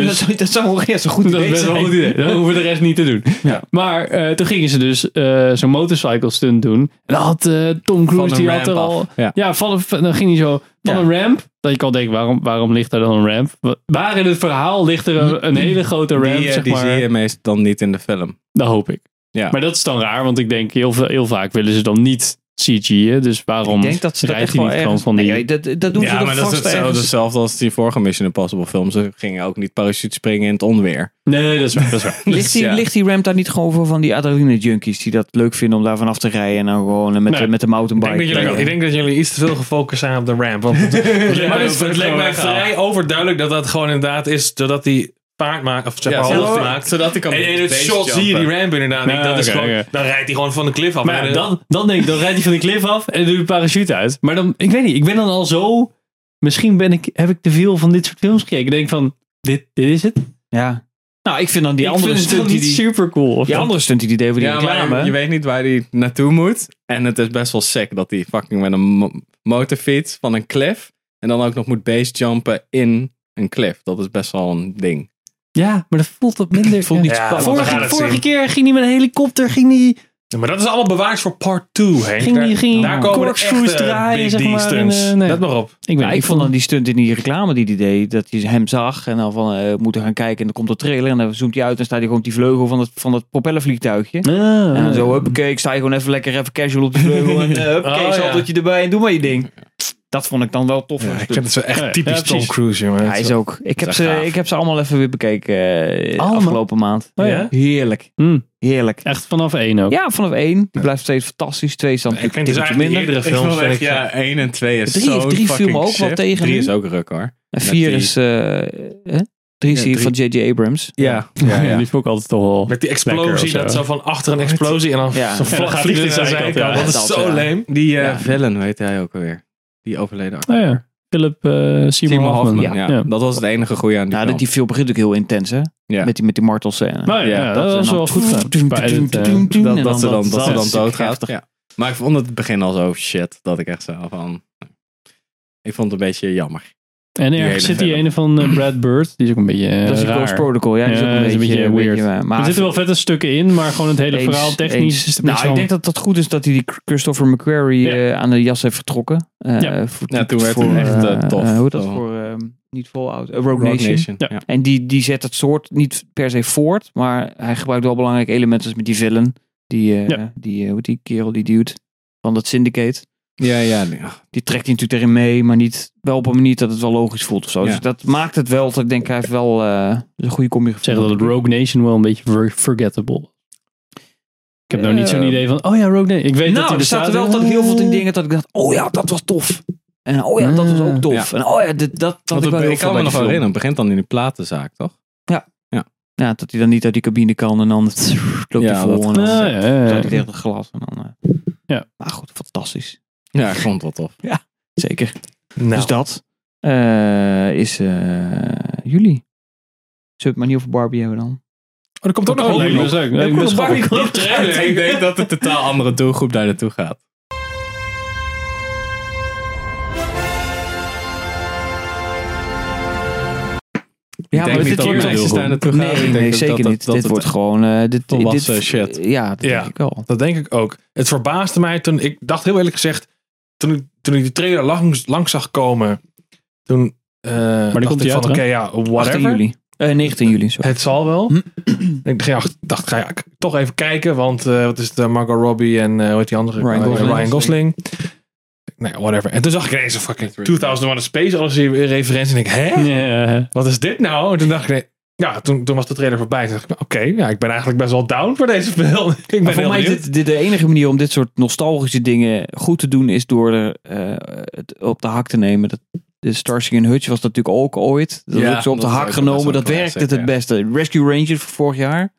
C: Dus,
D: Oh, dat zou- Dat zou wel een goed
C: dat
D: idee
C: is best wel een
D: zijn.
C: goed idee. Dan hoeven we de rest niet te doen.
D: Ja.
C: Maar eh, toen gingen ze dus eh, zo'n motorcycle stunt doen. En dan had eh, Tom Cruise,
B: een
C: die had er
B: ramp af.
C: al...
B: Ja.
C: Ja, van, een- van- dan ging hij zo van
B: Ja.
C: een ramp. Dat je kan denken, waarom, waarom ligt er dan een ramp? Wa- Waar in het verhaal ligt er een, een hele grote ramp,
B: Die, eh,
C: zeg
B: die
C: maar?
B: zie je meestal dan niet in de film.
C: Dat hoop ik.
B: Ja.
C: Maar dat is dan raar, want ik denk heel, veel- heel vaak willen ze dan niet CG'en. Dus waarom
D: Ik denk dat ze dat
C: rijdt
D: echt
C: hij
D: wel
C: niet gewoon
D: ergens...
C: van die...
D: Nee, dat, dat doen ze
B: ja,
D: toch
B: maar dat is
D: vast
B: hetzelfde,
D: ergens.
B: hetzelfde als die vorige Mission Impossible film. Ze gingen ook niet parachute springen in het onweer.
C: Nee, dat is waar. Dat is waar.
D: Ligt die,
B: ja.
D: ligt die ramp daar niet gewoon voor van die adrenaline junkies die dat leuk vinden om daar vanaf te rijden en dan gewoon eh, met,
C: Nee.
D: de, met de
A: Ik denk,
D: mountainbike.
A: dat jullie,
D: eh,
A: ik denk dat jullie iets te veel gefocust zijn op de ramp. Want het, maar het, het leek mij vrij overduidelijk dat dat gewoon inderdaad is doordat hij paard maakt, of zeg
B: Ja,
A: maar
B: zelf
A: hoofd
B: maakt,
A: maakt.
B: zodat hij kan
A: en in het
B: base
A: shot zie je die
B: jumpen.
A: ramp inderdaad niet.
C: Ja,
A: dat is
C: oké,
A: gewoon,
C: oké.
A: Dan rijdt hij gewoon van de cliff af.
C: Maar
A: En,
C: ja,
A: eh,
C: dan, dan denk ik, dan rijdt hij van die cliff af en doet de parachute uit. Maar dan, ik weet niet, ik ben dan al zo... Misschien ben ik, heb ik te veel van dit soort films gekeken. Ik denk van, dit, dit is het.
D: Ja. Nou, ik vind dan die
C: ik
D: andere
C: vind het
D: stunt
C: dan
D: die,
C: niet
D: die,
C: super cool. Of
D: die
C: dan-
D: andere stunt die die deed voor die
B: Ja,
D: reclame.
B: maar je weet niet waar hij naartoe moet. En het is best wel sick dat hij fucking met een mo- motorfiets van een cliff. En dan ook nog moet base jumpen in een cliff. Dat is best wel een ding.
C: Ja, maar dat voelt dat minder.
A: niet
C: ja.
A: spannend. We gaan
C: Vorige,
A: het
C: vorige
A: zien.
C: keer ging hij met een helikopter, ging hij
A: Ja, Maar dat is allemaal bewaard voor part 2, Henk.
C: Ging die-
A: Daar-
C: ging die
A: daar komen de
C: corkscrews
A: echte
C: draaien,
A: Big
C: zeg
A: D
C: maar,
A: stunts.
C: en, eh, nee.
A: Let maar op.
C: Ik,
D: ja, Nou, ik vond dan die stunt in die reclame die die deed, dat je hem zag en dan van eh, we moeten gaan kijken en dan komt de trailer en dan zoomt hij uit en staat hij gewoon op die vleugel van dat, van dat propellervliegtuigje.
C: Ah.
D: en dan zo, huppakee, ik sta hier gewoon even lekker even casual op de vleugel en eh huppakee,
A: Oh, ja.
D: je erbij en doe maar je ding. Dat vond ik dan wel tof.
A: ik vind het zo echt typisch Tom Cruise, jongen.
D: Hij is ook. Ik heb, ze, ik heb ze allemaal even weer bekeken eh
C: Allemaal?
D: afgelopen maand.
C: Oh ja?
D: Heerlijk. Heerlijk.
C: Echt vanaf één ook?
D: Ja, vanaf één. Die blijft steeds fantastisch. Twee is dan
B: Ik vind
D: een
B: dus
D: tikkeltje
B: eigenlijk
D: minder.
B: iedere film. ja, 1 en 2 is
D: Drie-
B: zo
D: drie viel
B: fucking
D: me ook wel
B: shit.
D: tegen
B: Drie
D: nu.
B: is ook ruk hoor.
D: En vier
B: Met die-
D: is... eh hè? Drie is
B: Ja,
D: die
B: drie.
D: van J.J. Abrams.
B: Ja. Ja, ja.
C: Die vond ik altijd toch wel...
A: Met die explosie, dat zo van achter een explosie en dan dus
D: Ja.
A: zo'n
D: Ja, dan
A: vlag
D: gaat
A: vliegt
D: die
A: in zijn
D: de zijkant,
A: zijkant.
D: ja.
A: Dat is
D: Dat,
A: zo
D: ja.
A: leem.
B: Die eh Villain, weet hij ook alweer. Die overleden acteur.
C: Oh ja, Philip eh Seymour
B: Timo
C: Hoffman.
B: Hoffman. Ja. dat was het enige goede aan die
D: Nou,
B: film.
D: dat die film begint ook heel intens, hè?
B: Ja.
D: Met die, met die martelscène.
C: Nou ja, dat was wel goed gedaan. Bij edit, eh,
B: dat, dat, ze dan,
D: dat-
B: dat ze
D: dat
B: dan
D: is natuurlijk
B: doodgaat.
D: heftig.
B: Ja. Maar ik vond het in het begin al zo shit. Dat ik echt zo van... Ik vond het een beetje jammer.
C: En
B: Die hele
C: ergens zit die
B: film.
C: ene van eh, Brad Bird. Die is ook een beetje eh,
D: Dat is die
C: raar.
D: Ghost Protocol, ja, die is ook een
C: dat
D: beetje- een
C: weird.
D: beetje, eh, maar-
C: er zitten wel vette stukken in, maar gewoon het hele
D: Eens,
C: verhaal technisch
D: eens.
C: is het een
D: nou,
C: beetje
D: ik
C: van-
D: denk dat dat goed is dat hij die Christopher McQuarrie eh, aan de jas heeft vertrokken. Eh,
C: Ja.
D: voor-
B: Ja, toen werd het
D: voor,
B: echt, eh,
D: eh,
B: tof.
D: eh, hoe heet dat
B: Zo.
D: voor eh, niet Fallout, Eh, Rogue,
B: Rogue
D: Nation.
B: Nation, Ja. ja.
D: En die, die zet het soort niet per se voort, maar hij gebruikt wel belangrijke elementen als met die villain, die eh,
C: Ja.
D: die eh, hoe heet die kerel die duwt van dat syndicate.
B: Ja, ja. nee, ach.
D: Die trekt hij natuurlijk erin mee, maar niet wel op een manier dat het wel logisch voelt of zo.
B: Ja.
D: Dus dat maakt het wel. Dat ik denk hij heeft wel eh, een goede combi
C: zeggen dat
D: gevonden.
C: het Rogue Nation wel een beetje ver- forgettable was. Ik heb nou niet zo'n
D: Eh,
C: idee van, oh ja, Rogue Nation. Ik weet dat
D: nou,
C: hij
D: er zaten wel
C: dat
D: tot heel veel in dingen dat ik dacht, oh ja, dat was tof. En oh ja, dat was ook
B: Mm,
D: tof.
B: Ja.
D: En oh ja, dit, dat, dat
B: Want
D: had ik
B: het-
D: wel
B: ik,
D: heel veel
B: kan me nog
D: bij die film.
B: herinneren. Het begint dan in die platenzaak, toch?
D: Ja, dat hij dan niet uit die cabine kan en dan loopt
B: Ja,
D: hij vol
B: dat-
D: en dan
C: Nou, Ja, ja, ja, ja.
D: zat hij tegen het glas. En dan, eh.
C: Ja.
D: Maar goed, fantastisch.
B: Ja, ik vond het wel tof.
D: Zeker.
A: Nou.
D: Dus dat eh, is eh, juli. Zullen we het maar niet over Barbie hebben dan?
A: er komt
D: Oh,
A: ook nog een
C: leuk.
A: leuk.
C: Dat is Oh, ook-
A: Er
C: ik
A: komt
C: ben
A: een Barbie
C: schokkend.
A: Club trailer.
B: ik denk dat een totaal andere doelgroep daar naartoe gaat.
D: Ja,
B: denk niet dat meisjes daar naartoe gaan.
D: Nee,
B: Ik denk
D: nee,
B: dat-
D: zeker
B: dat-
D: niet.
B: dat
D: dit
B: het
D: wordt gewoon... eh, dit, dit-
B: volwassen shit.
D: Ja, dat
A: Ja.
D: denk ik wel.
A: Dat denk ik ook. Het verbaasde mij toen, ik dacht heel eerlijk gezegd, toen ik, toen ik die trailer langs, langs zag komen, toen eh maar dacht
C: komt
A: ik
C: die
A: van, oké
C: uit, hè?
A: ja,
D: 18
A: whatever.
D: juli. Eh, 19 juli, sorry.
A: Het zal wel.
D: Hm.
A: ik dacht, ja, dacht, ga ja, ik toch even kijken, want eh, wat is het, eh, Margot Robbie en eh hoe heet die andere?
D: Ryan
A: Eh,
D: Gosling.
A: Ryan Gosling. Nee, whatever. En toen zag ik ineens een fucking 2001 A Space Odyssey referentie en ik, hè?
D: oh.
C: Ja.
A: Wat is dit nou? En toen dacht ik, nee, ja, toen, toen was de trailer voorbij. Toen dacht ik, oké, ja, ik ben eigenlijk best wel down voor deze film. ik ben
D: Maar
A: heel
D: voor mij is
A: benieuwd.
D: dit, dit de enige manier om dit soort nostalgische dingen goed te doen, is door er, eh, het op de hak te nemen. Dat, de Starsing and Hutch was dat natuurlijk ook ooit. Dat
B: Ja,
D: is ook zo op de
B: dat is
D: hak
B: ook-
D: genomen.
B: dat
D: Dat,
B: is ook een
D: werkt het
B: classic,
D: het beste. Rescue Rangers van vorig jaar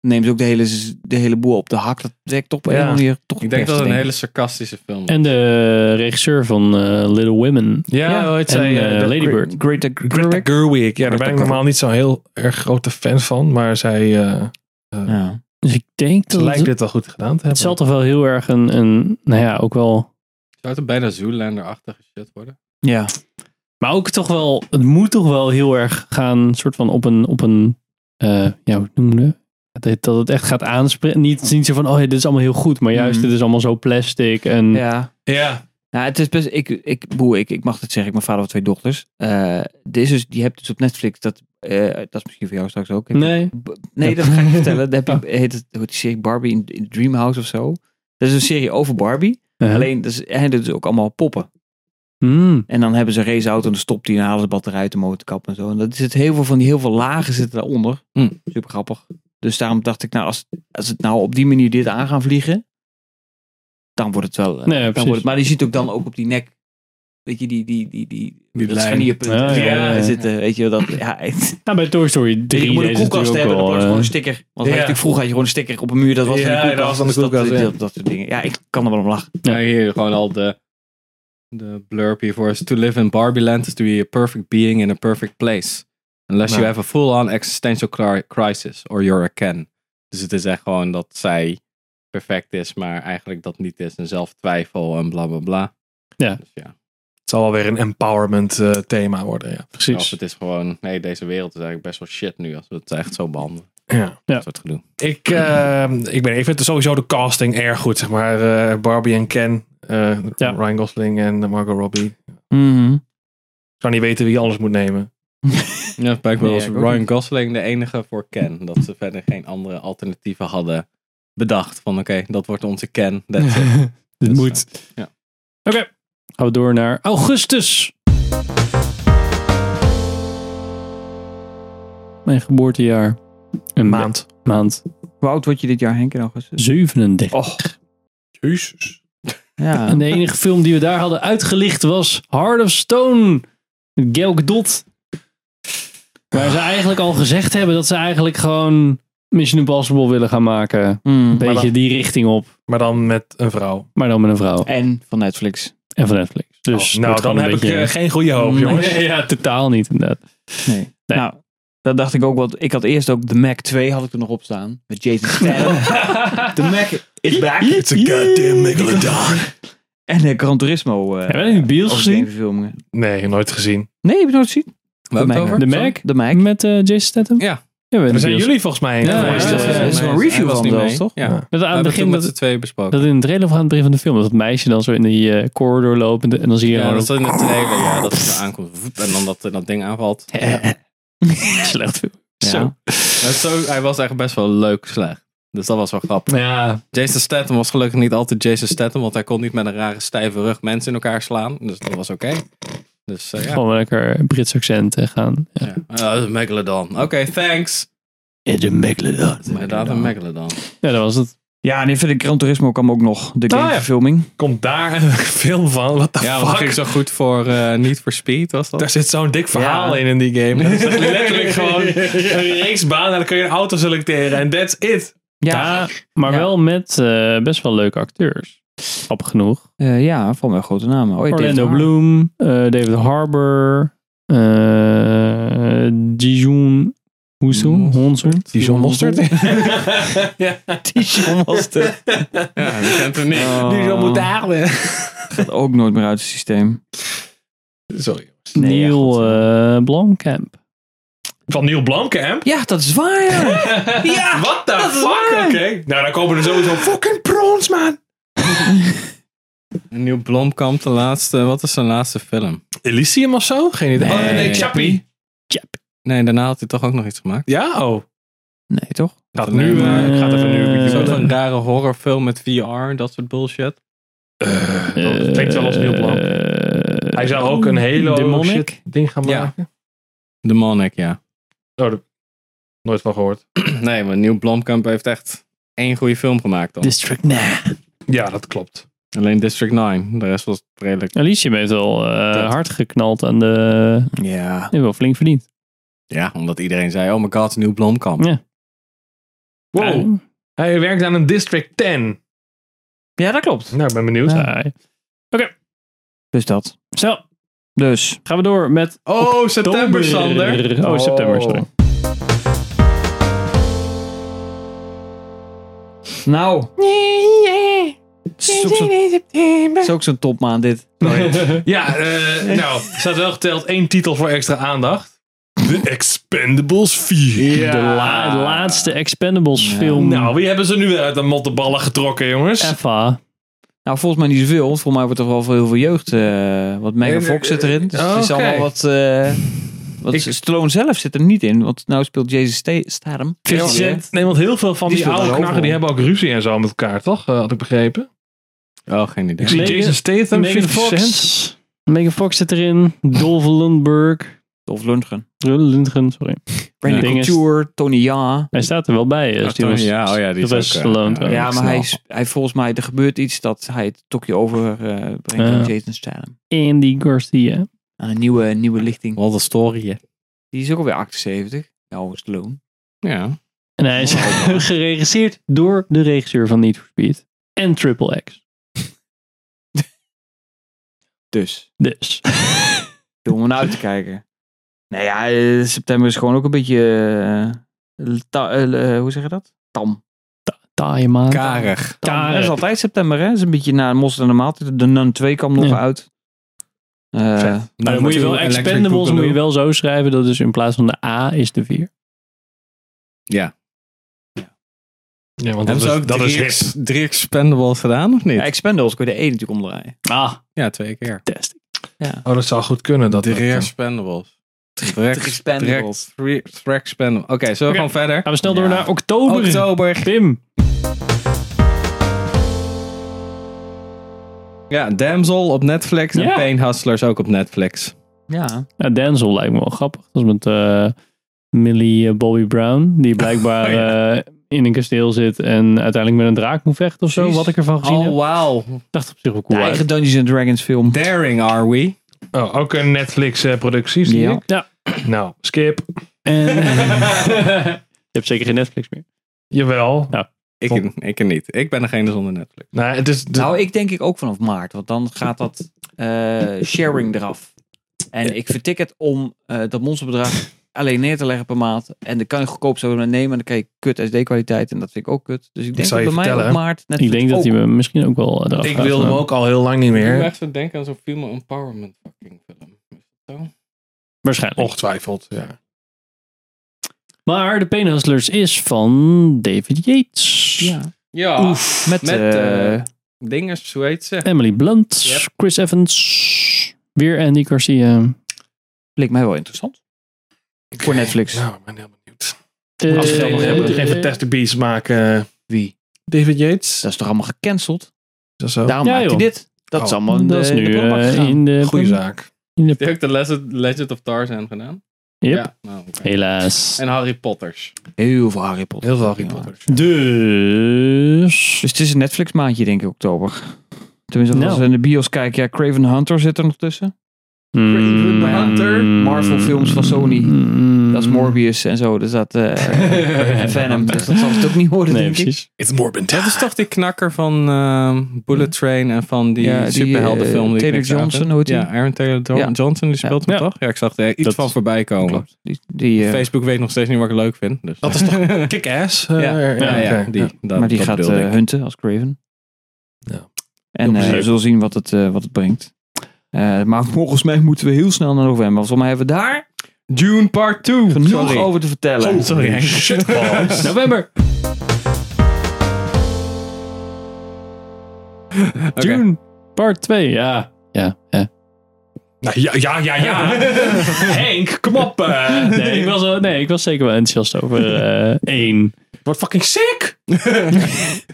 D: neemt ook de hele, de hele boel op de hak. Dat werkt toch op een
A: Ja.
D: of andere manier toch
B: Ik denk
D: het beste,
B: dat het een
D: denk
B: hele sarcastische film is.
C: En de regisseur van eh, Little Women.
A: Ja,
D: Ja.
A: hoe heet
C: En,
A: zij?
C: eh,
A: eh, de-
C: Lady
D: ik.
C: Bird.
D: Gre- Greta
A: Greta
D: Gerwig.
A: Gerwig. Ja, daar ben ik
D: Gerwig.
A: normaal niet zo'n heel erg grote fan van. Maar zij eh,
D: Ja.
C: Dus ik denk
A: ze
C: dat
A: lijkt
C: het,
A: dit wel goed gedaan te
C: het
A: hebben.
C: zal toch wel heel erg een, een nou ja, ook wel...
B: Zou het bijna Zoolander-achtige shit worden?
D: ja.
C: Maar ook toch wel, het moet toch wel heel erg gaan, soort van op een, op een eh, ja, hoe noemen we dat? Dat het echt gaat aanspreken. Niet, niet zo van, oh ja, dit is allemaal heel goed, maar juist,
D: Mhm.
C: dit is allemaal zo plastic. En,
D: ja.
A: Ja,
D: Nou, het is best. Ik, ik, boe, ik, ik mag het zeggen. Ik heb mijn vader had twee dochters. Eh dit is dus, die hebt dus op Netflix. Dat, eh, dat is misschien voor jou straks ook. Heb je-
C: Nee.
D: B- nee, dat ga ik je vertellen. Daar heb je, heet het, hoe heet die serie Barbie in, in Dreamhouse of zo. Dat is een serie over Barbie.
C: Ja.
D: Alleen, dat is, en dat is ook allemaal poppen.
C: Mm.
D: En dan hebben ze een raceauto en dan stopt die en halen ze de batterij uit de motorkap en zo. En dat zit heel veel van die heel veel lagen zitten daaronder.
B: Hm.
C: Mm.
D: Super grappig. Dus daarom dacht ik, nou, als, als het nou op die manier dit aan gaan vliegen, dan wordt het wel.
C: Nee,
D: eh, dan
C: precies.
D: wordt het, maar je ziet ook dan ook op die nek. Weet je, die, die, die, die,
B: Die
D: dat
B: lijn.
D: scharnierpunt
C: Ja,
D: en zo
C: ja, ja, ja.
D: zitten. Weet je, dat, ja, het-
C: Nou, bij Toy Story 3
D: je moet een
C: is het
D: koelkast
C: natuurlijk ook
D: hebben, dan
C: wel,
D: plaats je gewoon
C: eh,
D: een sticker. Want
A: Ja.
D: ja. vroeger had je gewoon een sticker op een muur, dat was
A: Ja,
D: van de
A: ja, dat
D: koelkast.
A: was van de
D: Dus dat-
A: koelkast, ja.
D: dat, dat soort dingen. Ja, ik kan er wel om lachen.
C: Ja.
B: Ja, hier gewoon al de, de blurb hiervoor is: To live in Barbie land is to be a perfect being in a perfect place. Unless you
A: Nou.
B: have a full-on existential cri- crisis or you're a Ken. Dus het is echt gewoon dat zij perfect is, maar eigenlijk dat niet is. En zelf twijfel en bla bla bla.
C: Ja.
B: Dus ja.
A: Het zal wel weer een empowerment eh, thema worden. Ja.
B: Of
C: Precies.
B: het is gewoon, nee, deze wereld is eigenlijk best wel shit nu als we het echt zo behandelen.
A: Ja.
C: ja.
B: soort gedoe.
A: Ik, eh, ik, ben, ik vind sowieso de casting erg goed, zeg maar. Eh, Barbie en Ken, eh, Ryan Gosling en Margot Robbie.
C: Mhm.
A: Ik zou niet weten wie je anders moet nemen.
B: Ja, blijkbaar
A: Nee,
B: was
A: ik ook
B: Ryan
A: niet.
B: Gosling de enige voor Ken. Dat ze verder geen andere alternatieven hadden bedacht. Van oké, dat wordt onze Ken. That's it.
C: Dit moet.
B: ja.
C: Oké. Gaan we door naar augustus. Mijn geboortejaar. Een maand. Maand.
D: Hoe oud word je dit jaar, Henk, in augustus?
C: 37.
A: Jezus.
D: Ja.
C: En de enige film die we daar hadden uitgelicht was Heart of Stone. Met Gal Gadot. Waar ze eigenlijk al gezegd hebben dat ze eigenlijk gewoon Mission Impossible willen gaan maken. Een
D: Hmm.
C: beetje
A: Maar dan-
C: die richting op.
A: Maar dan met een vrouw.
C: Maar dan met een vrouw.
D: En van Netflix.
C: En van Netflix. Dus
A: Eh. nou,
C: wordt gewoon
A: dan
C: een
A: heb ik,
C: beetje-
A: eh, geen goede hoop,
C: Nee,
A: jongens.
C: Ja, totaal niet inderdaad.
D: Nee. Nou, dat dacht ik ook. Want ik had eerst ook de Mac 2 had ik er nog op staan. Met Jason Statham. de Mac is back. It's a goddamn megalodon. En de Gran Turismo. eh,
C: Hebben we die Beals
D: over
C: gezien?
D: de verfilmingen.
A: Nee, nooit gezien.
D: Nee, heb je nooit gezien?
B: Waar hebben we het
C: De
B: over?
C: Mac?
D: De Mac.
C: Met eh, Jason Statham?
B: Ja.
C: ja
A: Daar zijn jullie volgens mij
C: Ja,
A: geweest.
C: ja,
A: eh,
C: ja, ja.
A: mee.
C: Er is wel
B: een review
A: Hij was
B: van
A: niet
B: zelfs,
A: mee.
B: toch? Ja.
A: Ja.
C: Dat
B: We
C: aan het
B: hebben
C: begin
B: toen met
C: dat,
B: z'n tweeën besproken.
C: dat in de trailer of aan het begin van de film dat het meisje dan zo in die eh, corridor loopt en, en dan zie je
B: Ja,
C: gewoon
B: dat is in de trailer. Ja, dat ze aankomt. voep, En dan dat, dat ding aanvalt. Ja.
C: slecht film.
B: Ja.
C: Zo.
B: Maar Zo, hij was echt best wel leuk slecht. Dus dat was wel grappig.
C: Ja.
B: Jason Statham was gelukkig niet altijd Jason Statham. Want hij kon niet met een rare stijve rug mensen in elkaar slaan. Dus dat was oké. Dus eh, ja.
C: Gewoon lekker Brits accent eh, gaan. Ja.
B: Ah, dat is Megalodon. Oké, thanks.
C: Is een Megalodon.
B: Inderdaad, een Megalodon.
C: Ja, dat was het.
D: Ja, en die vind ik Gran Turismo kwam ook nog. De
B: ja.
D: gameverfilming.
A: Komt daar een film van? Wat de
B: Ja, dat
A: fuck?
B: ging zo goed voor eh Need for Speed, was dat?
A: Daar zit zo'n dik verhaal
B: Ja.
A: in in die game. Dat is echt letterlijk gewoon een racebaan en dan kun je een auto selecteren en that's it.
C: Ja, maar wel met eh, best wel leuke acteurs. Grappig genoeg.
D: Eh, ja, van wel grote namen. Oh, ja, David
C: Orlando
D: Har-
C: Bloom, eh, David Harbour, eh Dijon Hoesoen, Honsoen.
A: Dijon Mostert.
D: Dijon
A: eh,
D: Mostert.
B: Ja, die kent hem niet.
D: Oh.
A: aarden.
D: ah, Gaat ook nooit meer uit het systeem.
A: Sorry.
C: Neil eh, Blomkamp.
A: Van Neil Blomkamp?
D: Ja, dat is waar. Ja. ja.
A: What the
D: Dat is
A: fuck?
D: waar.
A: Oké. Nou, dan komen er sowieso fucking prawns, man.
B: Een nieuw Blomkamp, de laatste. Wat is zijn laatste film?
A: Elysium of zo? Geen idee.
B: Nee.
A: Oh, nee, Chappie.
B: Nee, daarna had hij toch ook nog iets gemaakt?
A: Ja? Oh.
D: Nee, toch?
A: Gaat nu, eh, ik ga het even nu
B: Een soort
A: googlen.
B: van rare horrorfilm met VR, dat soort bullshit.
A: Dat klinkt wel als
C: Eh,
A: Neil Blomkamp. Hij zou ook een hele
C: Demonic?
A: shit ding gaan
B: Ja.
A: maken.
B: Demonic, ja.
A: Oh, dat- nooit van gehoord.
B: nee, maar Neil Blomkamp heeft echt één goede film gemaakt dan.
C: District 9.
A: Ja, dat klopt.
B: Alleen District 9. De rest was redelijk...
C: Alicia heeft wel eh, hard geknald aan de...
B: Ja.
C: Heeft wel flink verdiend.
B: Ja, omdat iedereen zei, oh my god, Neil Blomkamp.
C: Ja.
A: Wow. Hij werkt aan een District 10.
D: Ja, dat klopt.
A: Nou, ik ben benieuwd.
C: Ja.
D: Dus dat.
C: Zo,
D: Dus.
C: gaan we door met...
B: Oh, september, Sander.
C: Oh, september, sorry.
D: Nou. Het is ook zo'n- het is ook zo'n topmaand dit.
A: Ja, eh, nou, er staat wel geteld één titel voor extra aandacht. The Expendables 4.
C: De la- de laatste Expendables film.
A: Nou, wie hebben ze nu weer uit de mottenballen getrokken, jongens?
C: Effa.
D: Nou, volgens mij niet zoveel. want Volgens mij wordt er wel voor heel veel jeugd. eh wat Megan
A: Nee, nee,
D: Fox zit erin. Dus het is
A: oké.
D: allemaal wat... eh wat Stallone zelf zit er niet in. Want nou speelt Jason Sta- Statham.
A: Fifty Cent. Nee, want heel veel van
D: Die
A: die,
D: speelt
A: oude
D: er ook
A: knarren die
D: wel.
A: hebben ook ruzie en zo met elkaar, toch? Eh, had ik begrepen.
B: Oh, geen idee.
A: Ik zie
C: Megan-
A: Jason Statham,
C: Megan
A: 50
C: Fox.
A: Cent.
C: Megan Fox zit erin. Dolph Lundberg.
D: Dolph Lundgren.
C: Lundgren, sorry.
D: Randy
C: Ding is-
D: Couture. Tony Ja.
C: Hij staat er wel bij. eh,
B: Oh,
C: Steven
B: Tony Ja, oh ja, die is
C: Sylvester
B: ook, eh,
C: Stallone
B: ja.
C: trouwens.
D: Ja, maar hij, is- hij volgens mij... Er gebeurt iets dat hij het tokje overbrengt
C: Ja.
D: aan Jason Statham.
C: eh, Andy Garcia.
D: Aan een nieuwe, nieuwe lichting.
B: Wat een story, hè.
D: Die is ook alweer 78. Nou, Stallone.
B: Ja.
C: En hij is geregisseerd door de regisseur van Need for Speed. En Triple X.
D: Dus.
C: Dus.
D: Doen we om naar uit te kijken. Nou ja, eh, september is gewoon ook een beetje... eh, ta- eh, eh, hoe zeg je dat? Tam.
C: Taaie maand.
B: Karig.
D: Tam.
C: Karig.
D: Dat is altijd september, hè? Dat is een beetje na Mos en de Maaltijd. De Nun 2 kwam nog
C: Ja.
D: uit. Eh,
B: Nou,
C: Maar Nou, dan moet je wel Expendables moet je wel zo schrijven. Dat is in plaats van de A is de 4.
B: Ja.
A: Ja, want
B: Hebben
A: dat
B: ze
A: is,
B: ook
A: dat
B: drie,
A: is hit.
B: ex- drie Expendables gedaan, of niet?
D: Ja, Expendables kun je de één natuurlijk omdraaien.
C: Ah.
B: Ja, twee keer.
C: Fantastic.
D: Ja.
A: Oh, dat zou goed kunnen. Dat
B: Drie
A: dat,
B: Expendables. Drie
D: Expendables.
B: Drie drie Expendables. Oké, zullen we
C: Oké,
B: gewoon verder?
C: Gaan we snel door naar oktober.
B: Oktober.
C: Pim.
B: Ja, Damsel op Netflix en
C: Ja.
B: Pain Hustlers ook op Netflix.
D: Ja.
C: Ja, Denzel lijkt me wel grappig. Dat is met eh, Millie eh, Bobby Brown. Die blijkbaar
B: Oh,
C: eh, in een kasteel zit en uiteindelijk met een draak moet vechten of zo. Wat ik ervan gezien heb.
B: Oh, wauw.
C: Dacht op zich wel
D: De
C: cool
D: eigen
C: uit.
D: Dungeons Dragons film.
B: Daring are we.
A: Oh, ook een Netflix-productie, zie
D: Ja.
A: ik.
C: Ja.
A: Nou, skip.
C: Je hebt zeker geen Netflix meer.
A: Jawel.
C: Ja.
B: Ik, ik niet. Ik ben degene zonder Netflix.
A: Nou, het is... de-
D: Nou, ik denk ik ook vanaf maart. Want dan gaat dat eh, sharing eraf. En ik vertik het om eh, dat monsterbedrag alleen neer te leggen per maand. En dan kan je goedkoop zo nemen. En dan krijg je kut SD-kwaliteit. En dat vind ik ook kut. Dus ik denk
A: zal
D: dat
A: je
D: bij mij op
A: vertellen.
D: maart net
C: Ik denk dat hij
D: ook-
C: me misschien ook wel eh, eraf
A: Ik
C: gaat
A: wilde hem
C: gaan.
A: ook al heel lang niet
B: Ik moet
A: meer.
B: echt zo denken aan zo'n film Empowerment fucking film. Is dat zo?
C: Waarschijnlijk.
A: Ongetwijfeld, ja.
C: Maar de Pain Hustlers is van David Yates.
D: Ja.
B: Ja,
C: Oef.
D: Met,
B: met
D: eh,
B: eh, dinges, hoe heet ze?
C: Emily Blunt.
B: Yep.
C: Chris Evans. Weer Andy Garcia.
D: Leek mij wel interessant. Voor Netflix.
A: Nou, ik ben heel benieuwd.
C: Eh,
A: Als ze
D: Eh,
A: dan nog helemaal geen
C: eh,
A: Fantastic Beasts maken. eh,
D: Wie?
A: David Yates.
D: Dat is toch allemaal gecanceld?
A: Dat zo.
D: Daarom
C: Ja,
D: maakt hij
C: joh.
D: dit. Dat is
A: Oh.
D: allemaal in
C: Dat is
D: de- in
C: nu
D: de prullenbak
C: eh,
D: gegaan.
C: in de...
A: Goeie zaak.
C: In de
B: Die heeft de Legend, Legend of Tarzan gedaan.
C: Yep.
B: Ja, nou, oké.
C: Helaas.
B: En Harry Potters.
D: Heel veel Harry Potter.
A: Heel veel Harry
D: Ja.
A: Potter.
C: Dus...
D: Dus het is een Netflix maandje denk ik oktober. Tenminste, als
C: Nou.
D: we in de bios kijken. Ja, Craven Hunter zit er nog tussen.
C: Mm,
D: the Hunter. Marvel films van Sony.
C: Mm,
D: Dat is Morbius en zo. Dus dat. eh, en Venom. Dus dat zal het ook niet worden,
C: Nee,
D: denk ik.
C: precies.
A: It's Morbin
B: Dat is toch die knakker van ehm, Bullet Train en van die
D: Hm. Ja, die,
B: superheldenfilm.
D: eh,
B: die ik
D: Taylor
B: niks aan
D: Johnson,
B: vind?
D: hoe heet die?
B: Ja, Aaron Taylor Jo-
D: Ja.
B: Johnson, die speelt
C: Ja.
B: hem
C: Ja.
B: toch? Ja, ik zag
A: eh,
B: er iets
C: Dat-
B: van voorbij komen.
D: Klopt. Die, die, eh,
B: Facebook weet nog steeds niet wat ik leuk vind. Dus,
A: Dat is toch kick-ass? Eh,
B: Ja, ja, ja,
A: oké.
B: die, dat-
D: maar die
B: dat
D: gaat
B: bedoelde
D: eh,
B: ik.
D: hunten als Craven.
A: Ja.
D: En
A: Heel
D: eh, we
A: plezier.
D: zullen zien wat het, eh, wat het brengt. Eh, maar volgens mij moeten we heel snel naar november. Want volgens mij hebben we daar
B: Dune Part 2.
D: genoeg
B: Sorry.
D: over te vertellen.
A: Oh, sorry. Shitballs.
D: november.
B: Oké.
D: Dune.
C: Part 2, ja. Ja, ja.
A: Nou, ja, ja, ja, ja. Henk, kom op. eh.
C: Nee, ik was, wel- nee, ik was zeker wel enthousiast over eh één.
A: Wordt fucking sick.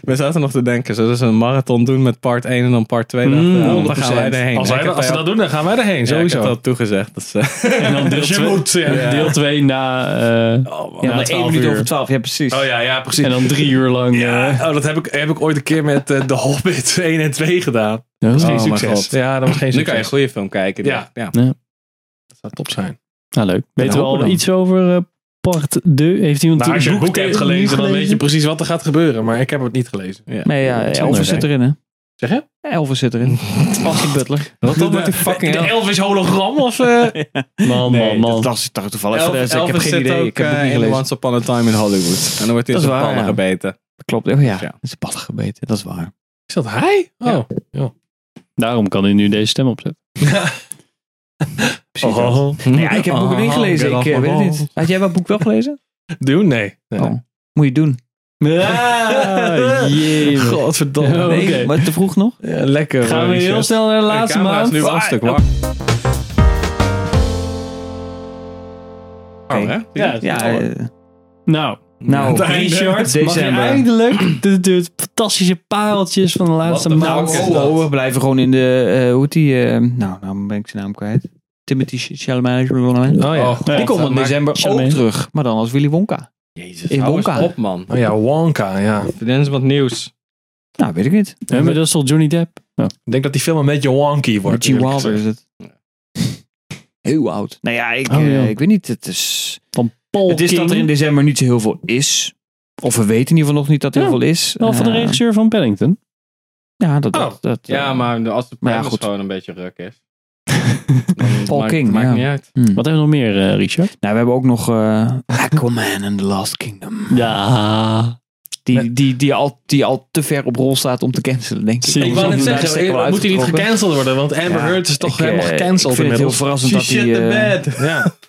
B: We zaten nog te denken, zullen ze een marathon doen met part 1 en dan part 2?
D: Mm.
B: Mm, dan gaan wij
A: 100%.
B: erheen.
A: Als,
B: Ik
A: wij,
B: heb
A: als ze
B: daar
A: dat
B: al-
A: doen, dan gaan wij erheen.
B: Ja, ik
A: sowieso.
B: heb dat toegezegd. Dat eh, ze,
C: En dan deel
A: Je
C: 2
A: moet, ja.
C: deel twee na, eh
D: Oh,
C: na
D: Ja, dan 1
C: 12
D: minuut
C: uur.
D: over 12. Ja, precies.
A: Oh ja, ja, precies.
C: En dan drie uur lang.
A: Ja,
C: eh,
A: oh, dat heb ik, heb ik ooit een keer met eh, The Hobbit 1 en 2 gedaan.
C: ja.
A: Dat was geen
B: Oh, mijn
A: succes.
B: God.
A: Ja, dat was geen
B: nu kan je een
A: succes.
B: goede film kijken.
A: Ja.
B: denk ik. ja.
A: Dat zou top zijn.
C: Nou, leuk. Weten we
D: hopen
C: al
D: dan.
C: iets over eh, part 2? Heeft iemand
A: Nou, als je
C: een
A: het boek hebt
C: tegen-
A: gelezen, dan weet je
C: gelezen?
A: precies wat er gaat gebeuren. Maar ik heb het niet gelezen.
D: Nee, ja, Elvis
C: anders
D: zit erin, hè?
A: Zeg je?
D: Elvis zit erin. Austin Butler.
B: Wat dan met die fucking
A: De
B: Elvis? Oh,
A: Elvis hologram of... eh?
C: Man, man, man.
D: Dat is toch toevallig.
B: Elvis,
D: Elvis, ik heb geen
B: zit
D: idee.
B: ook
D: ik heb het
B: eh,
D: niet
B: in
D: gelezen.
B: Once Upon a Time in Hollywood. En dan wordt hij
D: Dat
B: in
D: is
B: zijn
D: waar,
B: palm
D: ja.
B: gebeten.
D: Klopt. Oh ja,
B: Ja.
D: dat is een padden gebeten. Dat is waar.
A: Is dat hij? Oh.
C: Daarom kan hij nu deze stem opzetten.
A: Oh,
D: Precies.
A: oh.
D: Nee, ja, ik heb het boek
A: Oh,
D: niet gelezen.
A: get
D: Ik eh,
A: off my
D: weet het
A: balls.
D: niet. Had jij dat boek wel gelezen?
A: Doen? Nee. nee.
D: Oh. Moet je doen.
C: Ah, jee.
A: Godverdomme.
C: Oh,
D: Nee,
C: oké.
D: maar te vroeg nog.
A: Ja, lekker.
C: Gaan we
A: Maurice.
C: heel snel naar de laatste
B: eh, camera
C: maand?
B: is nu wel een stuk warm. Oh, hè?
C: Ja,
D: Ja, eh,
C: nou.
D: nou,
A: Het einde.
C: Richard,
D: December.
C: mag je eindelijk de, de fantastische pareltjes van de laatste
B: What the fuck
C: maand.
B: is
D: oh, oh, we blijven gewoon in de, eh, hoe heet die, eh, nou, nou ben ik zijn naam kwijt. Timothy Ch- Chalamet.
A: Oh ja.
D: die komt in
B: maakt-
D: december ook
C: Chalamet.
D: terug, maar dan als Willy Wonka.
B: Jezus,
D: In
B: hou
D: Wonka.
B: eens op man.
A: Oh ja, Wonka, ja.
B: Vertel eens wat nieuws.
D: Nou, weet ik niet.
C: Ja, maar dat is toch Johnny Depp?
A: Ik denk dat die film een beetje wonky wordt.
D: Richie
A: eerlijk
D: Wilder is
A: gezegd.
D: het. Heel oud. Nou ja, ik,
C: Oh,
D: eh,
C: ja.
D: ik weet niet. Het is,
C: Van Paul
D: het is dat er in
C: King,
D: december niet zo heel veel is. Of we weten in ieder geval nog niet dat er
C: Ja,
D: heel veel is.
C: wel van de
D: Eh,
C: regisseur van Paddington.
D: Ja, dat,
A: Oh.
D: dat, dat,
B: Ja,
D: eh,
B: maar als de
D: Maar ja,
B: premise
D: goed.
B: gewoon een beetje ruk is. dan
D: Paul
B: maakt-
D: King,
B: Maakt
D: ja.
B: niet uit.
D: hmm.
C: Wat hebben we nog meer, eh, Richard?
D: Nou, we hebben ook nog eh, Aquaman and the Last Kingdom.
C: Ja.
D: Die, die, die, al, die al te ver op rol staat om te cancelen, denk ik.
C: Ik wou net
D: Daar
C: zeggen,
D: is het echt wel
A: eh, moet hij niet
D: uitgetrokken.
A: gecanceld worden? Want Amber
D: Ja,
A: Heard is toch
D: ik, eh,
A: helemaal gecanceld
D: ik vind het heel
A: inmiddels.
D: verrassend dat hij...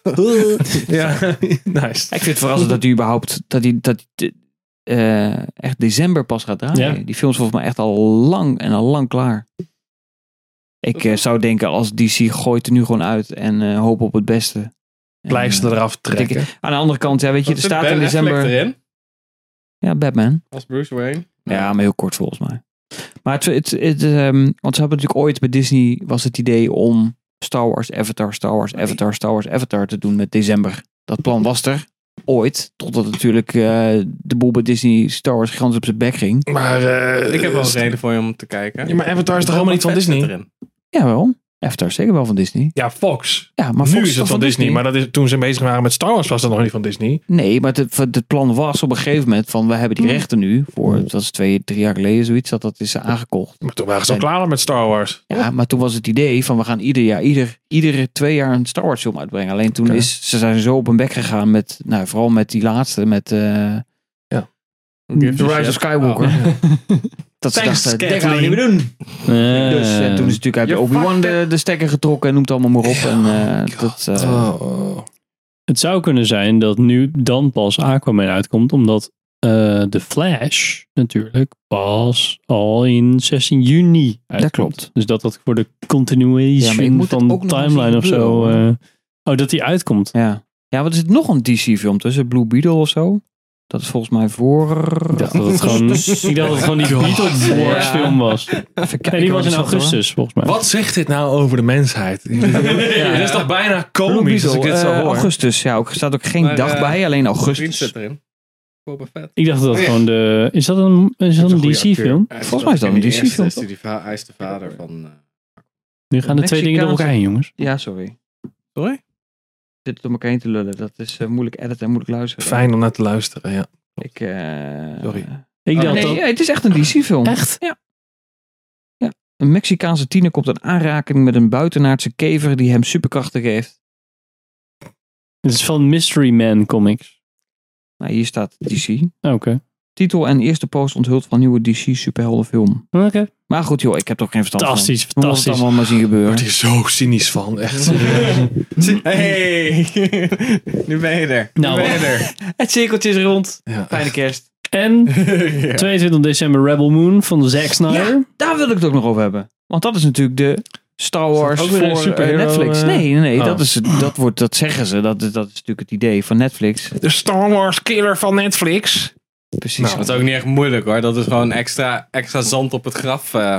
D: eh,
A: Ja. ja, nice.
D: ik vind het verrassend dat hij überhaupt... Dat hij, dat, eh, echt december pas gaat draaien.
C: Ja.
D: Die film is volgens mij echt al lang en al lang klaar. Ik eh, zou denken als DC gooit er nu gewoon uit en eh, hoop op het beste.
A: Blijf ze eraf trekken.
D: Ik- aan de andere kant, ja, weet je,
B: Wat
D: er
B: zit
D: staat
B: Ben
D: in december...
B: Affleck eh. erin?
D: Ja, Batman.
B: Als Bruce Wayne.
D: Ja, maar heel kort volgens mij. Maar het, het, het, ehm, want ze hebben natuurlijk ooit bij Disney was het idee om Star Wars, Avatar, Star Wars, Avatar, Star Wars, Avatar te doen met december. Dat plan was er ooit, totdat natuurlijk eh, de boel bij Disney Star Wars gigantisch op zijn bek ging.
A: Maar, eh,
B: ik heb wel een
A: st-
B: reden voor je om te kijken.
A: Ja, maar Avatar is toch helemaal niet van Disney?
D: Jawel, Avatar is zeker wel van Disney.
A: Ja, Fox.
D: Ja, maar
A: nu
D: Fox
A: is het van Disney. Maar dat is, toen ze bezig waren met Star Wars was dat nog niet van Disney.
D: Nee, maar het, het plan was op een gegeven moment van we hebben
A: Hmm.
D: die rechten nu voor, dat was twee, drie jaar geleden zoiets, dat dat is aangekocht.
A: Maar toen waren ze al klaar met Star Wars.
D: Ja, maar toen was het idee van we gaan ieder jaar, ieder, iedere twee jaar een Star Wars film uitbrengen. Alleen toen is, ze zijn zo op hun bek gegaan met, nou vooral met die laatste, met eh, The Rise of Skywalker.
C: Oh.
D: Dat ze
B: Thanks,
D: dachten, dit
B: Kathleen.
D: gaan we niet meer doen.
C: Eh.
D: Dus eh, toen is natuurlijk uit
C: Je Oh
D: Obi-Wan de, de stekker getrokken en noemt allemaal maar op. En, eh, dat, eh,
C: Het zou kunnen zijn dat nu dan pas Aquaman uitkomt, omdat eh The Flash natuurlijk pas al in 16 juni uitkomt.
D: Dat klopt.
C: Dus dat dat voor de
D: Ja, maar ik
C: continuation
D: moet het
C: van de
D: ook nog
C: timeline
D: zien
C: of zo...
D: gebeuren,
C: eh, oh, dat die uitkomt.
D: Ja. ja, wat is het nog een DC-film tussen? Blue Beetle of zo? Dat is volgens mij voor... Ik
C: dacht dat het gewoon- ik dacht dat het gewoon die Beatles Wars film was. Nee, die was in augustus, volgens mij.
A: Wat zegt dit nou over de mensheid? Dit is toch bijna
D: Blue
A: komisch als ik
D: Beetle,
A: dit zo
D: eh,
A: hoor.
D: augustus, ja. ook- Er staat ook geen
B: Maar,
D: dag
B: eh,
D: bij, alleen
B: Vriend
D: augustus.
B: zit erin. Boba Fett.
C: Ik dacht dat dat gewoon de... Is dat een, is dat een DC-film?
D: Volgens mij is dat een DC-film,
B: Hij is die va- hij is de vader van... eh,
C: Nu gaan de twee dingen door elkaar heen, jongens.
D: Ja, sorry.
B: Sorry? Ik
D: zit het om elkaar heen te lullen. Dat is eh, moeilijk editen en moeilijk luisteren.
A: Fijn om naar te luisteren, ja.
D: Ik, eh,
A: Sorry.
C: Ik
D: Oh,
C: dacht
D: nee,
C: dat-
D: ja, het is echt een DC-film.
C: Echt?
D: Ja. ja. Een Mexicaanse tiener komt in aanraking met een buitenaardse kever die hem superkrachten geeft.
C: Het is van Mystery Man Comics.
D: Nou, hier staat DC.
C: Oké.
D: Titel en eerste post onthuld van nieuwe DC superheldenfilm.
C: Oké.
D: Maar goed joh, ik heb toch geen verstand
C: Fantastisch,
D: van. We moeten
C: fantastisch.
D: het allemaal maar zien gebeuren.
A: Wordt hier zo cynisch van, echt.
B: Hey! eh, nu ben je er.
C: Nou,
B: nu ben je er.
D: Het cirkeltje is rond. Fijne kerst.
C: En 22 december Rebel Moon van Zack Snyder.
D: Ja, daar wil ik het ook nog over hebben. Want dat is natuurlijk de Star Wars
C: ook
D: voor
C: weer een
D: eh,
C: superhero,
D: Netflix.
C: eh?
D: Nee, nee, nee,
C: Oh.
D: dat, is, het- dat, wordt, dat zeggen ze. Dat, dat is natuurlijk het idee van Netflix.
A: De Star Wars killer van Netflix.
D: Precies.
B: Nou, dat is ook niet echt moeilijk hoor. Dat is gewoon extra, extra zand op het graf eh,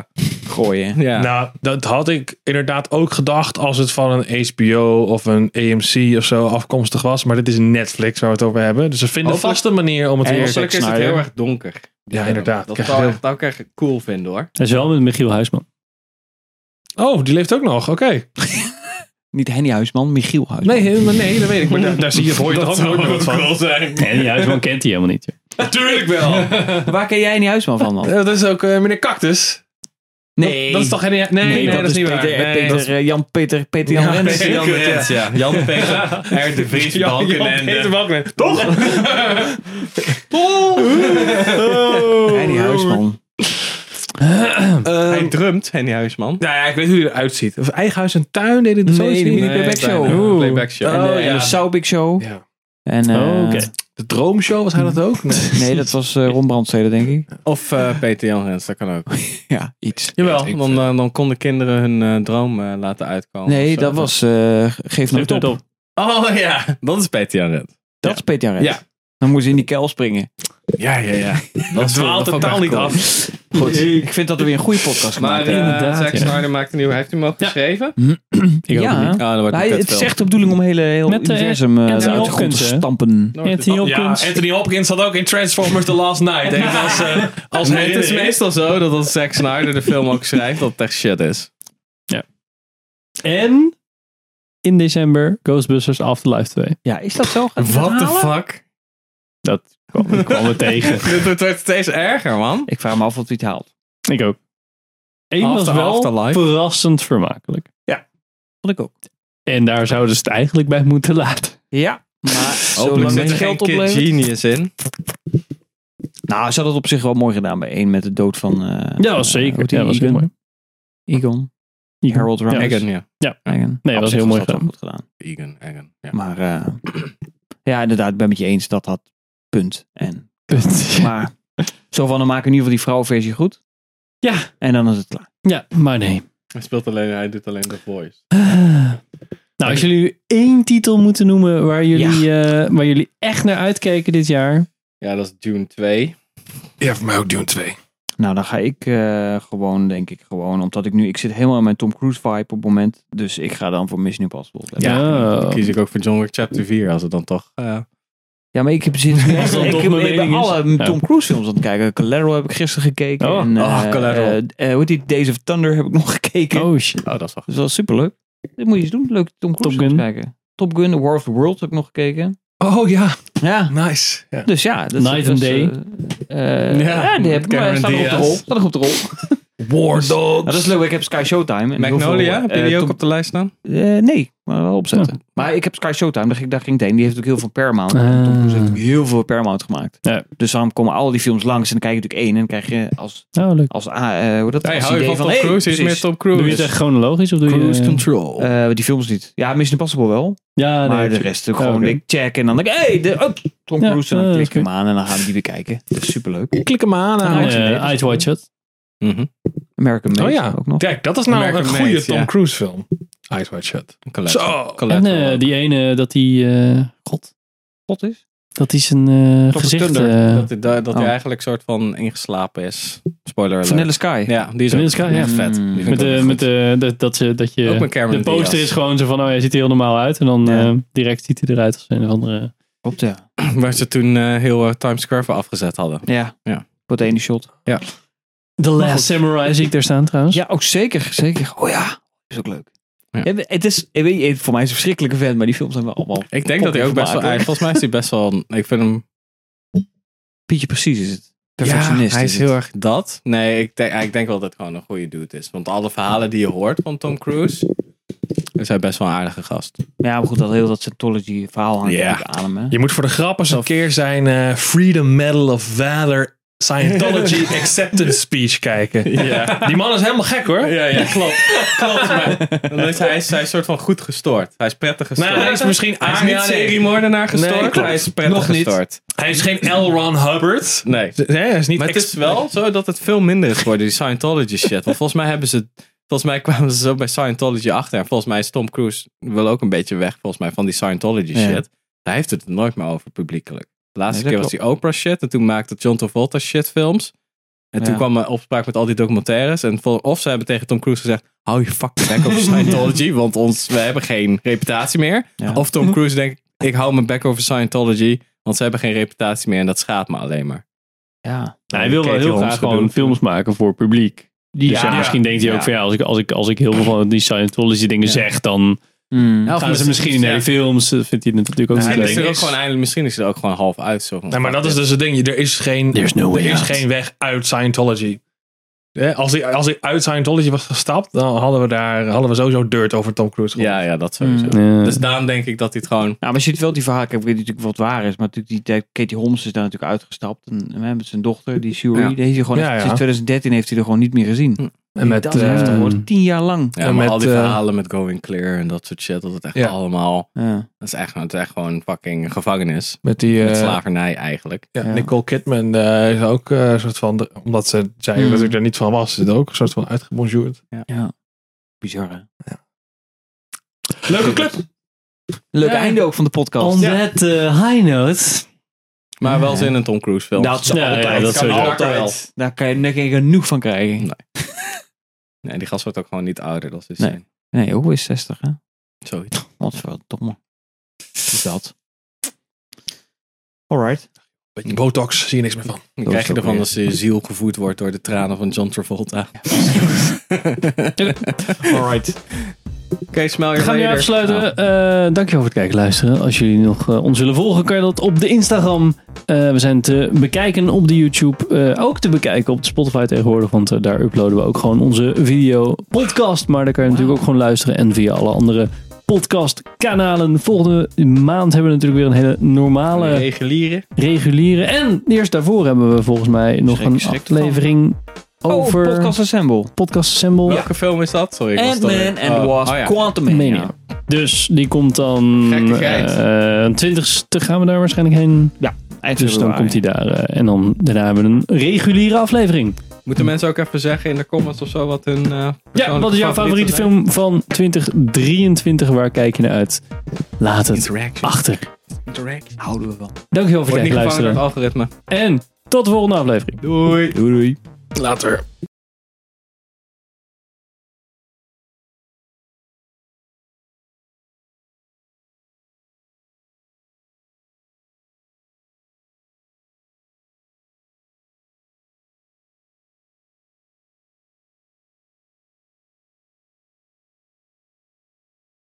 D: gooien.
B: Ja.
A: Nou, dat had ik inderdaad ook gedacht als het van een HBO of een AMC of zo afkomstig was. Maar dit is Netflix waar we het over hebben. Dus ze vinden
B: Hopelijk-
A: vast een manier om het
B: en
A: weer
B: hopelijk is het
A: Snyder.
B: heel erg donker.
A: Ja, inderdaad.
B: Dat
A: Krijg
B: zou
A: heel-
B: echt- dat ook echt cool vinden hoor.
C: Dat is wel met Michiel Huisman.
A: Oh, die leeft ook nog. Oké.
D: Niet Henny Huisman, Michiel Huisman.
A: Nee, helemaal- nee, dat weet ik. Maar daar, daar zie je voor je
C: Dat
A: toch ook nooit
C: zou
A: wat van.
C: cool En die Huisman kent hij helemaal niet. joh.
A: Natuurlijk wel.
D: Waar ken jij Henny Huisman van dan?
A: Eh, Dat is ook eh, meneer Cactus.
D: Nee.
A: Dat, dat is toch geen... Nee, nee, dat, is niet waar.
D: Peter,
A: Nee, dat is-
D: Peter, eh, Jan Peter, Peter Jan
A: Ja,
D: Rens.
A: Peter Jan Rens, ja. Jan Peter
B: R. de Vries, eh,
A: Jan- Jan Peter Balkenende. Ehm, Toch?
D: Henny Huisman.
B: Hij drumt, Henny Huisman.
A: Nou ja, ik weet hoe hij eruit ziet. Of eigen huis en tuin deden het
D: Nee,
A: zoiets
D: die
A: niet?
D: mini playback
B: bijna.
D: show.
B: Oeh. Playback show.
D: En, eh,
A: Oh,
D: en
A: ja.
D: de Saubik show.
A: Ja.
D: En, eh,
C: Oh, oké.
A: De droomshow, was hij dat ook? Nee.
D: Nee, dat was eh Ron Brandstede, denk ik.
B: Of eh, Peter Jan Rens, dat kan ook.
D: Ja, iets.
A: Jawel.
B: Dan, eh, dan konden kinderen hun eh, droom eh, laten uitkomen. of
D: Nee,
B: zo.
D: dat was eh Geef nooit op.
B: Oh ja, dat is Peter Jan Rens.
D: Dat is Peter Jan Rens.
B: Ja.
D: Dan moest hij in die kel springen.
B: Ja, ja, ja.
A: Dat dwaalt
D: dat
A: de
D: vond ik
A: taal niet
D: echt cool.
A: af.
D: Goed, ik vind dat we weer een goede podcast
B: Maar
D: maken.
B: eh,
C: Inderdaad,
B: Zack
C: ja.
B: Snyder maakt een nieuwe. Heeft hij hem al geschreven?
C: Ik hoop het
D: ja,
C: niet.
B: Ah, dat wordt een
D: maar hij, het
B: kutfilm.
D: is echt de bedoeling om hele, heel
C: Met, eh,
D: universum
C: Anthony
D: eh, uit de grond
C: Hopkins,
D: te
C: hè?
D: stampen.
C: Anthony
A: Ja,
C: Hopkins.
A: Anthony Hopkins zat ook in Transformers The Last Night. Even als, eh, als
B: Nee, het is
A: herinnering.
B: meestal zo dat als Zack Snyder de film ook schrijft, dat het echt shit is.
C: En in december Ghostbusters Afterlife 2.
D: Ja, is dat zo? Gaat hij
B: What
D: het
B: the
D: halen?
B: fuck?
C: Dat kwam, kwam er tegen.
B: Dit wordt- wordt steeds erger, man.
D: Ik vraag me af wat hij het haalt.
C: Ik ook. Eén was
B: After-
C: wel
B: Afterlife.
C: verrassend vermakelijk.
D: Vond ik ook.
C: En daar zouden ze het eigenlijk bij moeten laten.
D: Ja, maar zolang
B: Hopelijk
D: het
B: zit er geen
D: geld
B: Kid
D: oplevert.
B: Genius in.
D: Nou, ze hadden het op zich wel mooi gedaan bij één met de dood van... eh,
C: Ja, dat was
D: eh,
C: zeker.
D: hoe die
C: Ja, dat was heel
D: Egon-
C: mooi.
D: Egon.
C: Egon.
D: Harold
C: Ja,
D: Ramis.
B: Egan, ja.
D: Egan.
C: Nee, dat
D: Op
C: was
D: zich
C: heel mooi
D: dat wel
C: gedaan.
D: goed gedaan.
B: Egan, Egan. Ja.
D: Maar eh, ja, inderdaad, ik ben met je eens dat dat punt en Maar zo van, dan maken we in ieder geval die vrouwenversie goed.
C: Ja.
D: En dan is het klaar.
C: Ja, maar nee.
B: Hij speelt alleen, hij doet alleen de voice.
C: Eh. Nou, als jullie nu één titel moeten noemen waar jullie, eh, waar jullie echt naar uitkeken dit jaar.
B: Ja, dat is Dune 2.
A: Ja, voor mij ook Dune 2.
D: Nou, dan ga ik eh, gewoon, denk ik, gewoon. Omdat ik nu, ik zit helemaal in mijn Tom Cruise vibe op het moment. Dus ik ga dan voor Mission Impossible.
C: Oh.
B: Ja, dan kies ik ook voor John Wick Chapter 4 als het dan toch... eh,
D: Ja, maar ik heb zin in.
B: Als dat
D: ik
B: toch
D: heb-
B: mijn
D: ik ben
B: mening is.
D: alle
B: Ja.
D: Tom Cruise films aan het kijken. Collateral heb ik gisteren gekeken.
B: Oh.
D: en,
B: Oh,
D: eh,
B: Collateral.
D: eh, eh, hoe heet die? Days of Thunder heb ik nog gekeken.
C: Oh shit.
B: Oh, dat is wel
D: Dat is wel superleuk. Dit moet je eens doen. Leuk Tom Cruise films kijken. Top Gun, The War of the Worlds heb ik nog gekeken.
A: Oh ja.
D: Ja.
A: Nice. Ja.
D: Dus ja. Dat
C: Night
D: dat
C: and
D: eh,
C: Day.
D: eh, ja, die heb ik.
A: Cameron
D: Maar staat nog op de
A: Diaz.
D: rol. Staat nog op de rol.
A: War Dogs.
D: Nou, dat is leuk. Ik heb Sky Showtime. En heel
B: Magnolia,
D: veel,
B: heb je
D: eh,
B: die ook
D: Tom-
B: op de lijst staan?
D: Eh, nee, maar wel opzetten. Maar ik heb Sky Showtime, daar ging, daar ging het heen. Die heeft ook heel veel Paramount.
C: Ah.
D: Tom Cruise heeft ook heel veel Paramount gemaakt. Dus daarom komen al die films langs en dan kijk je natuurlijk één. En dan krijg je als,
C: Oh, leuk.
D: als, ah, eh, hoe dat,
B: Hey,
D: als
B: hou je
D: idee
B: van Tom
D: hey,
B: Cruise? Hier is
D: precies.
B: meer Tom Cruise.
C: Doe je het echt chronologisch of doe je...
B: Control.
D: Eh, die films niet. Ja, Mission Impossible wel.
C: Ja, nee,
D: maar de
C: natuurlijk.
D: rest ook
C: Ja,
D: gewoon
C: oké.
D: ik check en dan denk ik, hey, de, oh, Tom
C: Ja,
D: Cruise. En
C: eh,
D: dan
C: dat
D: klik
C: is
D: ik hem aan en dan gaan we die bekijken. Dat is superleuk.
A: Klik hem aan.
D: Ah,
A: aan.
D: ja.
C: Eh, Eyes Wide Shut.
B: Mhm.
D: American Made
A: Oh ja.
D: ook nog.
A: Kijk, dat is nou
B: American
A: een goede
B: Made,
A: Tom
B: ja.
A: Cruise film. Eyes Wide Shut. Zo.
C: En eh, die ene dat die... eh, God.
D: God is.
C: Dat is een eh, gezicht... eh,
B: dat hij, dat hij
C: oh.
B: eigenlijk soort van ingeslapen is. Spoiler alert.
D: Vanilla Sky.
B: Ja, die is
C: Vanilla
B: ook
C: Sky, ja.
B: echt vet. Die vind ik
C: Met,
B: ook
C: de,
B: echt
C: met
B: goed.
C: de, dat, dat, ze, dat je...
B: Ook met Cameron
C: de poster
B: Diaz.
C: is gewoon zo van, oh, hij ziet er heel normaal uit. En dan
B: Ja.
C: eh, direct ziet hij eruit als een of andere...
D: Klopt, ja.
B: Waar ze toen eh, heel eh, Times Square voor afgezet hadden.
D: Ja.
B: Ja.
D: Wat ene shot.
B: Ja.
C: The Last Samurai zie ik daar staan trouwens.
D: Ja, ook zeker. Zeker. Oh ja. Is ook leuk.
B: Ja.
D: Ja, het is, ik weet, niet, voor mij is het een verschrikkelijke vent, maar die films zijn wel allemaal.
B: Ik denk dat hij ook best wel... hij- volgens mij is hij best wel... Ik vind hem...
D: Pietje precies is het. Perfectionist.
B: Ja, hij is
D: het.
B: heel erg dat. Nee, ik denk, ik denk wel dat het gewoon een goede dude is. Want alle verhalen die je hoort van Tom Cruise... is hij best wel een aardige gast.
D: Ja, maar goed, dat heel dat Scientology verhaal hangt
A: Ja.
D: yeah. aan hem. hè.
A: Je moet voor de grap eens een keer zijn eh, Freedom Medal of Valor Scientology Acceptance Speech kijken. Die man is helemaal gek hoor.
B: Ja, ja, klopt. klopt maar dan is hij, is hij soort van goed gestoord. Hij is prettig gestoord.
A: Nou, hij is misschien
B: hij is
A: ah,
B: niet
A: ja, nee.
B: seriemoordenaar
A: Nee,
B: gestoord.
A: klopt.
B: hij is prettig
A: Nog niet.
B: gestoord.
A: Hij is geen L. Ron Hubbard.
B: Nee.
A: Nee, hij is niet
B: Maar het
A: ex-
B: is wel zo dat het veel minder is geworden, die Scientology shit. Want volgens mij hebben ze... Volgens mij kwamen ze zo bij Scientology achter. En volgens mij is Tom Cruise wil ook een beetje weg volgens mij, van die Scientology
D: Ja.
B: shit. Hij heeft het er nooit meer over publiekelijk. De laatste
D: Nee, dat
B: keer was die Oprah shit. En toen maakte John Travolta shit films. En toen
D: Ja.
B: kwam een opspraak met al die documentaires. En vol- of ze hebben tegen Tom Cruise gezegd... Hou je fucking bek over Scientology. Want ons, we hebben geen reputatie meer.
D: Ja.
B: Of Tom Cruise denkt... Ik hou mijn bek over Scientology. Want ze hebben geen reputatie meer. En dat schaadt me alleen maar.
D: Ja.
C: Nou, hij wil wel
B: Kate
C: heel
B: Holmes
C: graag gewoon
B: bedoelt.
C: films maken voor publiek.
D: Die-
C: Dus ja,
D: ja.
C: misschien denkt hij ook
D: Ja.
C: van ja, als ik, als ik, als ik heel veel van die Scientology dingen zeg, dan
D: Hmm.
B: Ja, of
C: gaan ze
B: misschien-
C: misschien naar
B: ja.
C: die films. Dat vindt hij natuurlijk ook
B: Misschien
C: niet
B: is,
C: leuk.
B: er ook
A: is-
B: gewoon, eindelijk, misschien is er ook gewoon half uit. Zo van,
A: Nee, maar
B: fuck
A: dat is
B: dit.
A: dus het ding. Er is geen,
C: There's no way
A: er is
C: out.
A: geen weg uit Scientology. Hè, Als hij, als hij uit Scientology was gestapt, dan hadden we, daar, hadden we sowieso dirt over Tom Cruise gehad.
B: Ja, ja, dat sowieso.
C: Ja.
B: Dus daarom denk ik dat hij het gewoon...
D: Nou, maar je ziet wel die verhaal. Ik weet natuurlijk wat waar is. Maar natuurlijk, die Katie Holmes is daar natuurlijk uitgestapt. En, en met zijn dochter, die Shuri.
B: Ja.
D: Die heeft hij gewoon
A: Ja,
D: echt-
A: ja.
D: Sinds 2013 heeft hij er gewoon niet meer gezien.
A: En met,
D: dat is heftig
A: eh,
D: hoor. Tien jaar lang.
B: Ja,
A: En
B: maar
A: met,
B: al die
A: eh,
B: verhalen met Going Clear en dat soort shit. Dat het echt
A: Ja.
B: allemaal...
D: Ja.
B: Dat is echt, nou, het is echt gewoon fucking gevangenis.
A: met die
B: Met
A: eh,
B: slavernij eigenlijk.
A: ja,
D: Ja.
A: Nicole Kidman eh, is ook eh, een soort van, omdat ze zei
D: Hmm.
A: dat ik er niet van was, is het ook een soort van uitgebonjourd.
D: ja. Bizar hè?
A: Leuke club.
D: Leuk
A: Ja.
D: einde ook van de podcast.
C: On that eh, high note.
B: Maar wel zin in Tom Cruise films.
D: Nou, het is
C: Ja,
D: altijd.
C: ja, dat
D: dat kan
C: sowieso.
D: altijd. Daar kan je daar kan je genoeg van krijgen.
B: Nee, die gast wordt ook gewoon niet ouder. Dat is
D: Nee.
B: zijn.
D: Nee, hoe is 60 hè?
B: Zoiets.
D: Wat voor domme. Is dat. Alright.
A: Beetje botox, zie je niks meer van.
B: Dan
D: Dat
B: krijg je
D: is ook
B: ervan
D: weer-
B: dat je ziel gevoed wordt door de tranen van John Travolta.
D: Alright.
B: Oké, smel je
C: We gaan weer afsluiten. Eh, dankjewel voor het kijken en luisteren. Als jullie nog eh, ons willen volgen, kan je dat op de Instagram. Eh, we zijn te bekijken op de YouTube. eh, ook te bekijken op de Spotify tegenwoordig. Want eh, daar uploaden we ook gewoon onze video podcast. Maar daar kan je natuurlijk ook gewoon luisteren. En via alle andere podcastkanalen. Volgende maand hebben we natuurlijk weer een hele normale
B: Regulieren.
C: reguliere. En eerst daarvoor hebben we volgens mij nog
D: Schrik,
C: een
D: schrik van.
C: aflevering
B: Oh,
C: over
D: Over... Oh, Podcast Assemble.
C: Podcast Assemble.
B: Welke film is dat? Sorry, ik was
D: Ant-Man
B: dan-
D: and the
B: Oh,
D: Wasp.
B: oh ja.
D: Quantum
C: Mania. Dus die komt dan.
B: Gekkigheid.
C: eh, 20ste gaan we daar waarschijnlijk heen.
D: Ja. Eind
C: dus dan
D: februari.
C: komt hij daar. eh, en dan, daarna hebben we een reguliere aflevering.
B: Moeten mensen ook even zeggen in de comments of zo wat hun. eh,
C: Ja,
B: persoonlijke
C: wat is jouw favoriete
B: favorieten zijn?
C: film van 2023? Waar kijk je naar uit? Laat het achter.
B: Interact. Houden we van.
C: Dankjewel voor
B: Wordt niet gevangen door
C: het luisteren.
B: het algoritme.
C: En tot de volgende aflevering.
B: Doei.
C: Doei. doei.
B: Later.